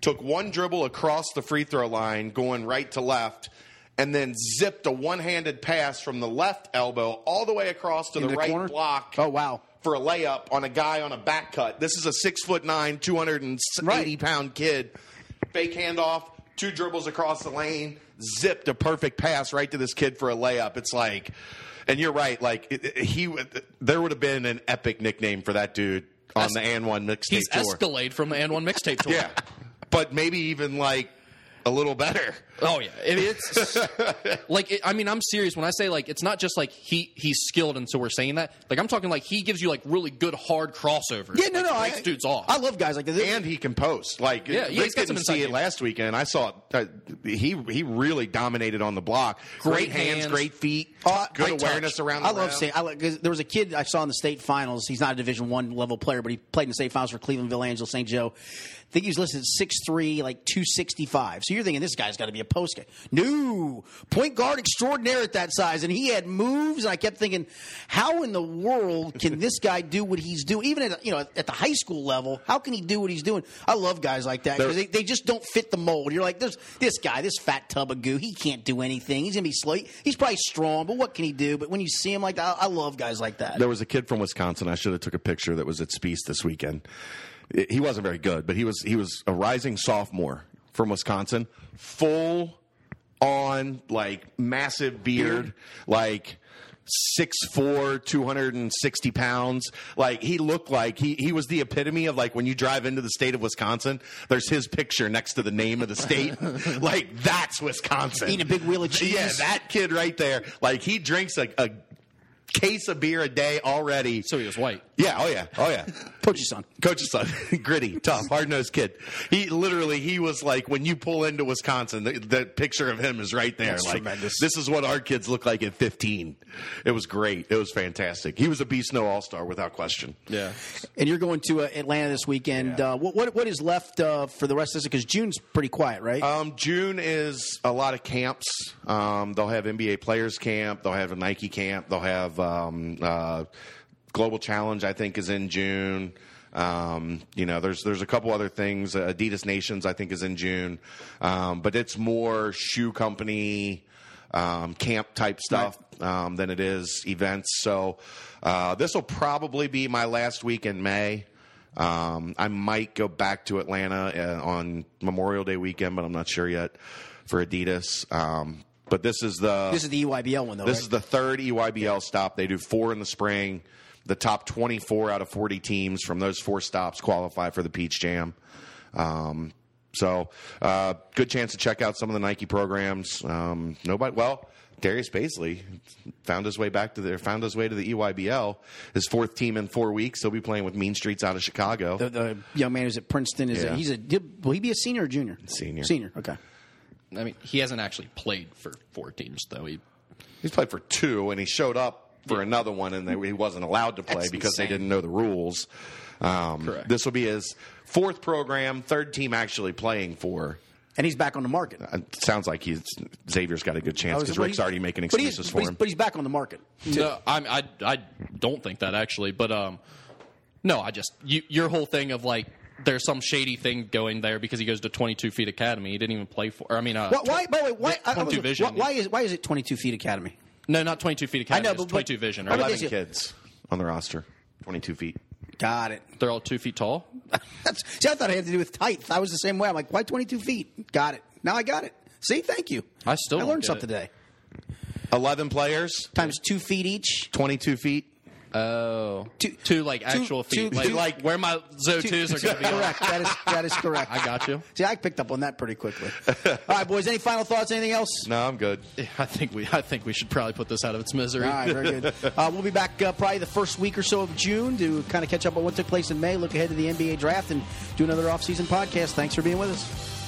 took one dribble across the free throw line, going right to left, and then zipped a one handed pass from the left elbow all the way across to
Into
the,
the
right
corner?
block.
Oh, wow.
For a layup on a guy on a back cut. This is a six foot nine, two hundred and eighty
Right.
pound kid. Fake handoff, two dribbles across the lane, zipped a perfect pass right to this kid for a layup. It's like, and you're right. Like it- it- he, there would have been an epic nickname for that dude on the and one mixtape
He's
tour.
Escalade from the and one mixtape tour.
Yeah, but maybe even like a little better.
Oh yeah, I mean, it's like it, I mean I'm serious when I say like it's not just like he he's skilled and so we're saying that like I'm talking like he gives you like really good hard crossovers.
yeah, no,
Like,
no,
breaks
I,
dudes off.
I love guys like this.
And he can post. Like
Yeah, yeah,
Rick
he's got some
didn't see
inside
it
game.
last weekend. I saw it. Uh, he he really dominated on the block.
Great
hands,
hands.
great feet,
Oh,
good
great
awareness
touch.
around. The
I love
rim.
state. I like, 'cause there was a kid I saw in the state finals. He's not a Division One level player, but he played in the state finals for Cleveland, Villangel, St. Joe. I think he was listed six three, like two sixty five. So you're thinking this guy's got to be a post guy. No, point guard extraordinaire at that size, and he had moves. And I kept thinking, how in the world can this guy do what he's doing? Even at you know at the high school level, how can he do what he's doing? I love guys like that because they, they just don't fit the mold. You're like this this guy, this fat tub of goo. He can't do anything. He's gonna be slow. He's probably strong, but what can he do? But when you see him like that, I, I love guys like that.
There was a kid from Wisconsin. I should have took a picture that was at Speece this weekend. I- He wasn't very good, but he was he was a rising sophomore from Wisconsin. Full on like massive beard, like 6'4", 260 pounds. Like he looked like he he was the epitome of like when you drive into the state of Wisconsin, there's his picture next to the name of the state. like that's Wisconsin.
Eating a big wheel of cheese.
Yeah, that kid right there. Like he drinks a, a case of beer a day already.
so he was white.
yeah, oh yeah, oh yeah.
Put your son.
Coach's son, gritty, tough, hard nosed kid. He literally, he was like, when you pull into Wisconsin, the, the picture of him is right there.
That's
like,
tremendous.
this is what our kids look like at 15. It was great. It was fantastic. He was a Beast No All Star without question.
Yeah.
And you're going to uh, Atlanta this weekend. Uh, what, what what is left uh, for the rest of this? Because June's pretty quiet, right?
Um, June is a lot of camps. Um, they'll have NBA players camp. They'll have a Nike camp. They'll have um, uh, Global Challenge. I think is in June. Um, you know, there's there's a couple other things. Uh, Adidas Nations I think is in June, um, but it's more shoe company um, camp type stuff um, than it is events. So uh, this will probably be my last week in May. Um, I might go back to Atlanta uh, on Memorial Day weekend, but I'm not sure yet for Adidas. Um, but this is the
this is the E EYBL one, though.
this
right?
is the third E EYBL stop. They do four in the spring. The top 24 out of 40 teams from those four stops qualify for the Peach Jam. Um, so, uh, good chance to check out some of the Nike programs. Um, nobody, well, Darius Baisley found his way back to the found his way to the E EYBL. His fourth team in four weeks. He'll be playing with Mean Streets out of Chicago.
the, the young man who's at Princeton is
Yeah.
a, he's a will he be a senior or junior?
Senior.
Senior. Okay.
I mean, he hasn't actually played for four teams though. He
He's played for two, and he showed up for another one, and they, he wasn't allowed to play
That's
because they
insane.
didn't know the rules. Um,
Correct.
This will be his fourth program, third team actually playing for.
And he's back on the market. Oh,
It sounds like he's Xavier's got a good chance because Rick's already making
But he is-
excuses
but
for
he's,
him.
But he's back on the market.
No, I'm, I I don't think that actually, but um, no, I just you, your whole thing of like there's some shady thing going there because he goes to 22 feet academy. He didn't even play for. Or, I mean, uh,
Why? why by the way, why, I, I was- why,
22 vision.
why is why is it twenty two feet academy?
no, not 22 feet academy.
I know,
it's
but- but-
22 vision.
I
Right?
mean,
Eleven
this-
kids on the roster, twenty-two feet.
Got it.
They're all two feet tall.
That's, see, I thought it had to do with height. I was the same way. I'm like, why twenty two feet? Got it. Now I got it. See, thank you.
I still
I
don't
learned
get
something today.
it.
Eleven players,
times two feet each.
twenty-two feet.
Oh,
Two-
two, like actual
two-
feet,
two-
like,
two-
like where my Zo twos are going to be. on.
correct. That is that is correct.
I got you.
See, I picked up on that pretty quickly. All right, boys. Any final thoughts? Anything else?
No, I'm good.
Yeah, I think we, I think we should probably put this out of its misery.
All right, very good. Uh, we'll be back uh, probably the first week or so of June to kind of catch up on what took place in May, look ahead to the NBA draft, and do another off-season podcast. Thanks for being with us.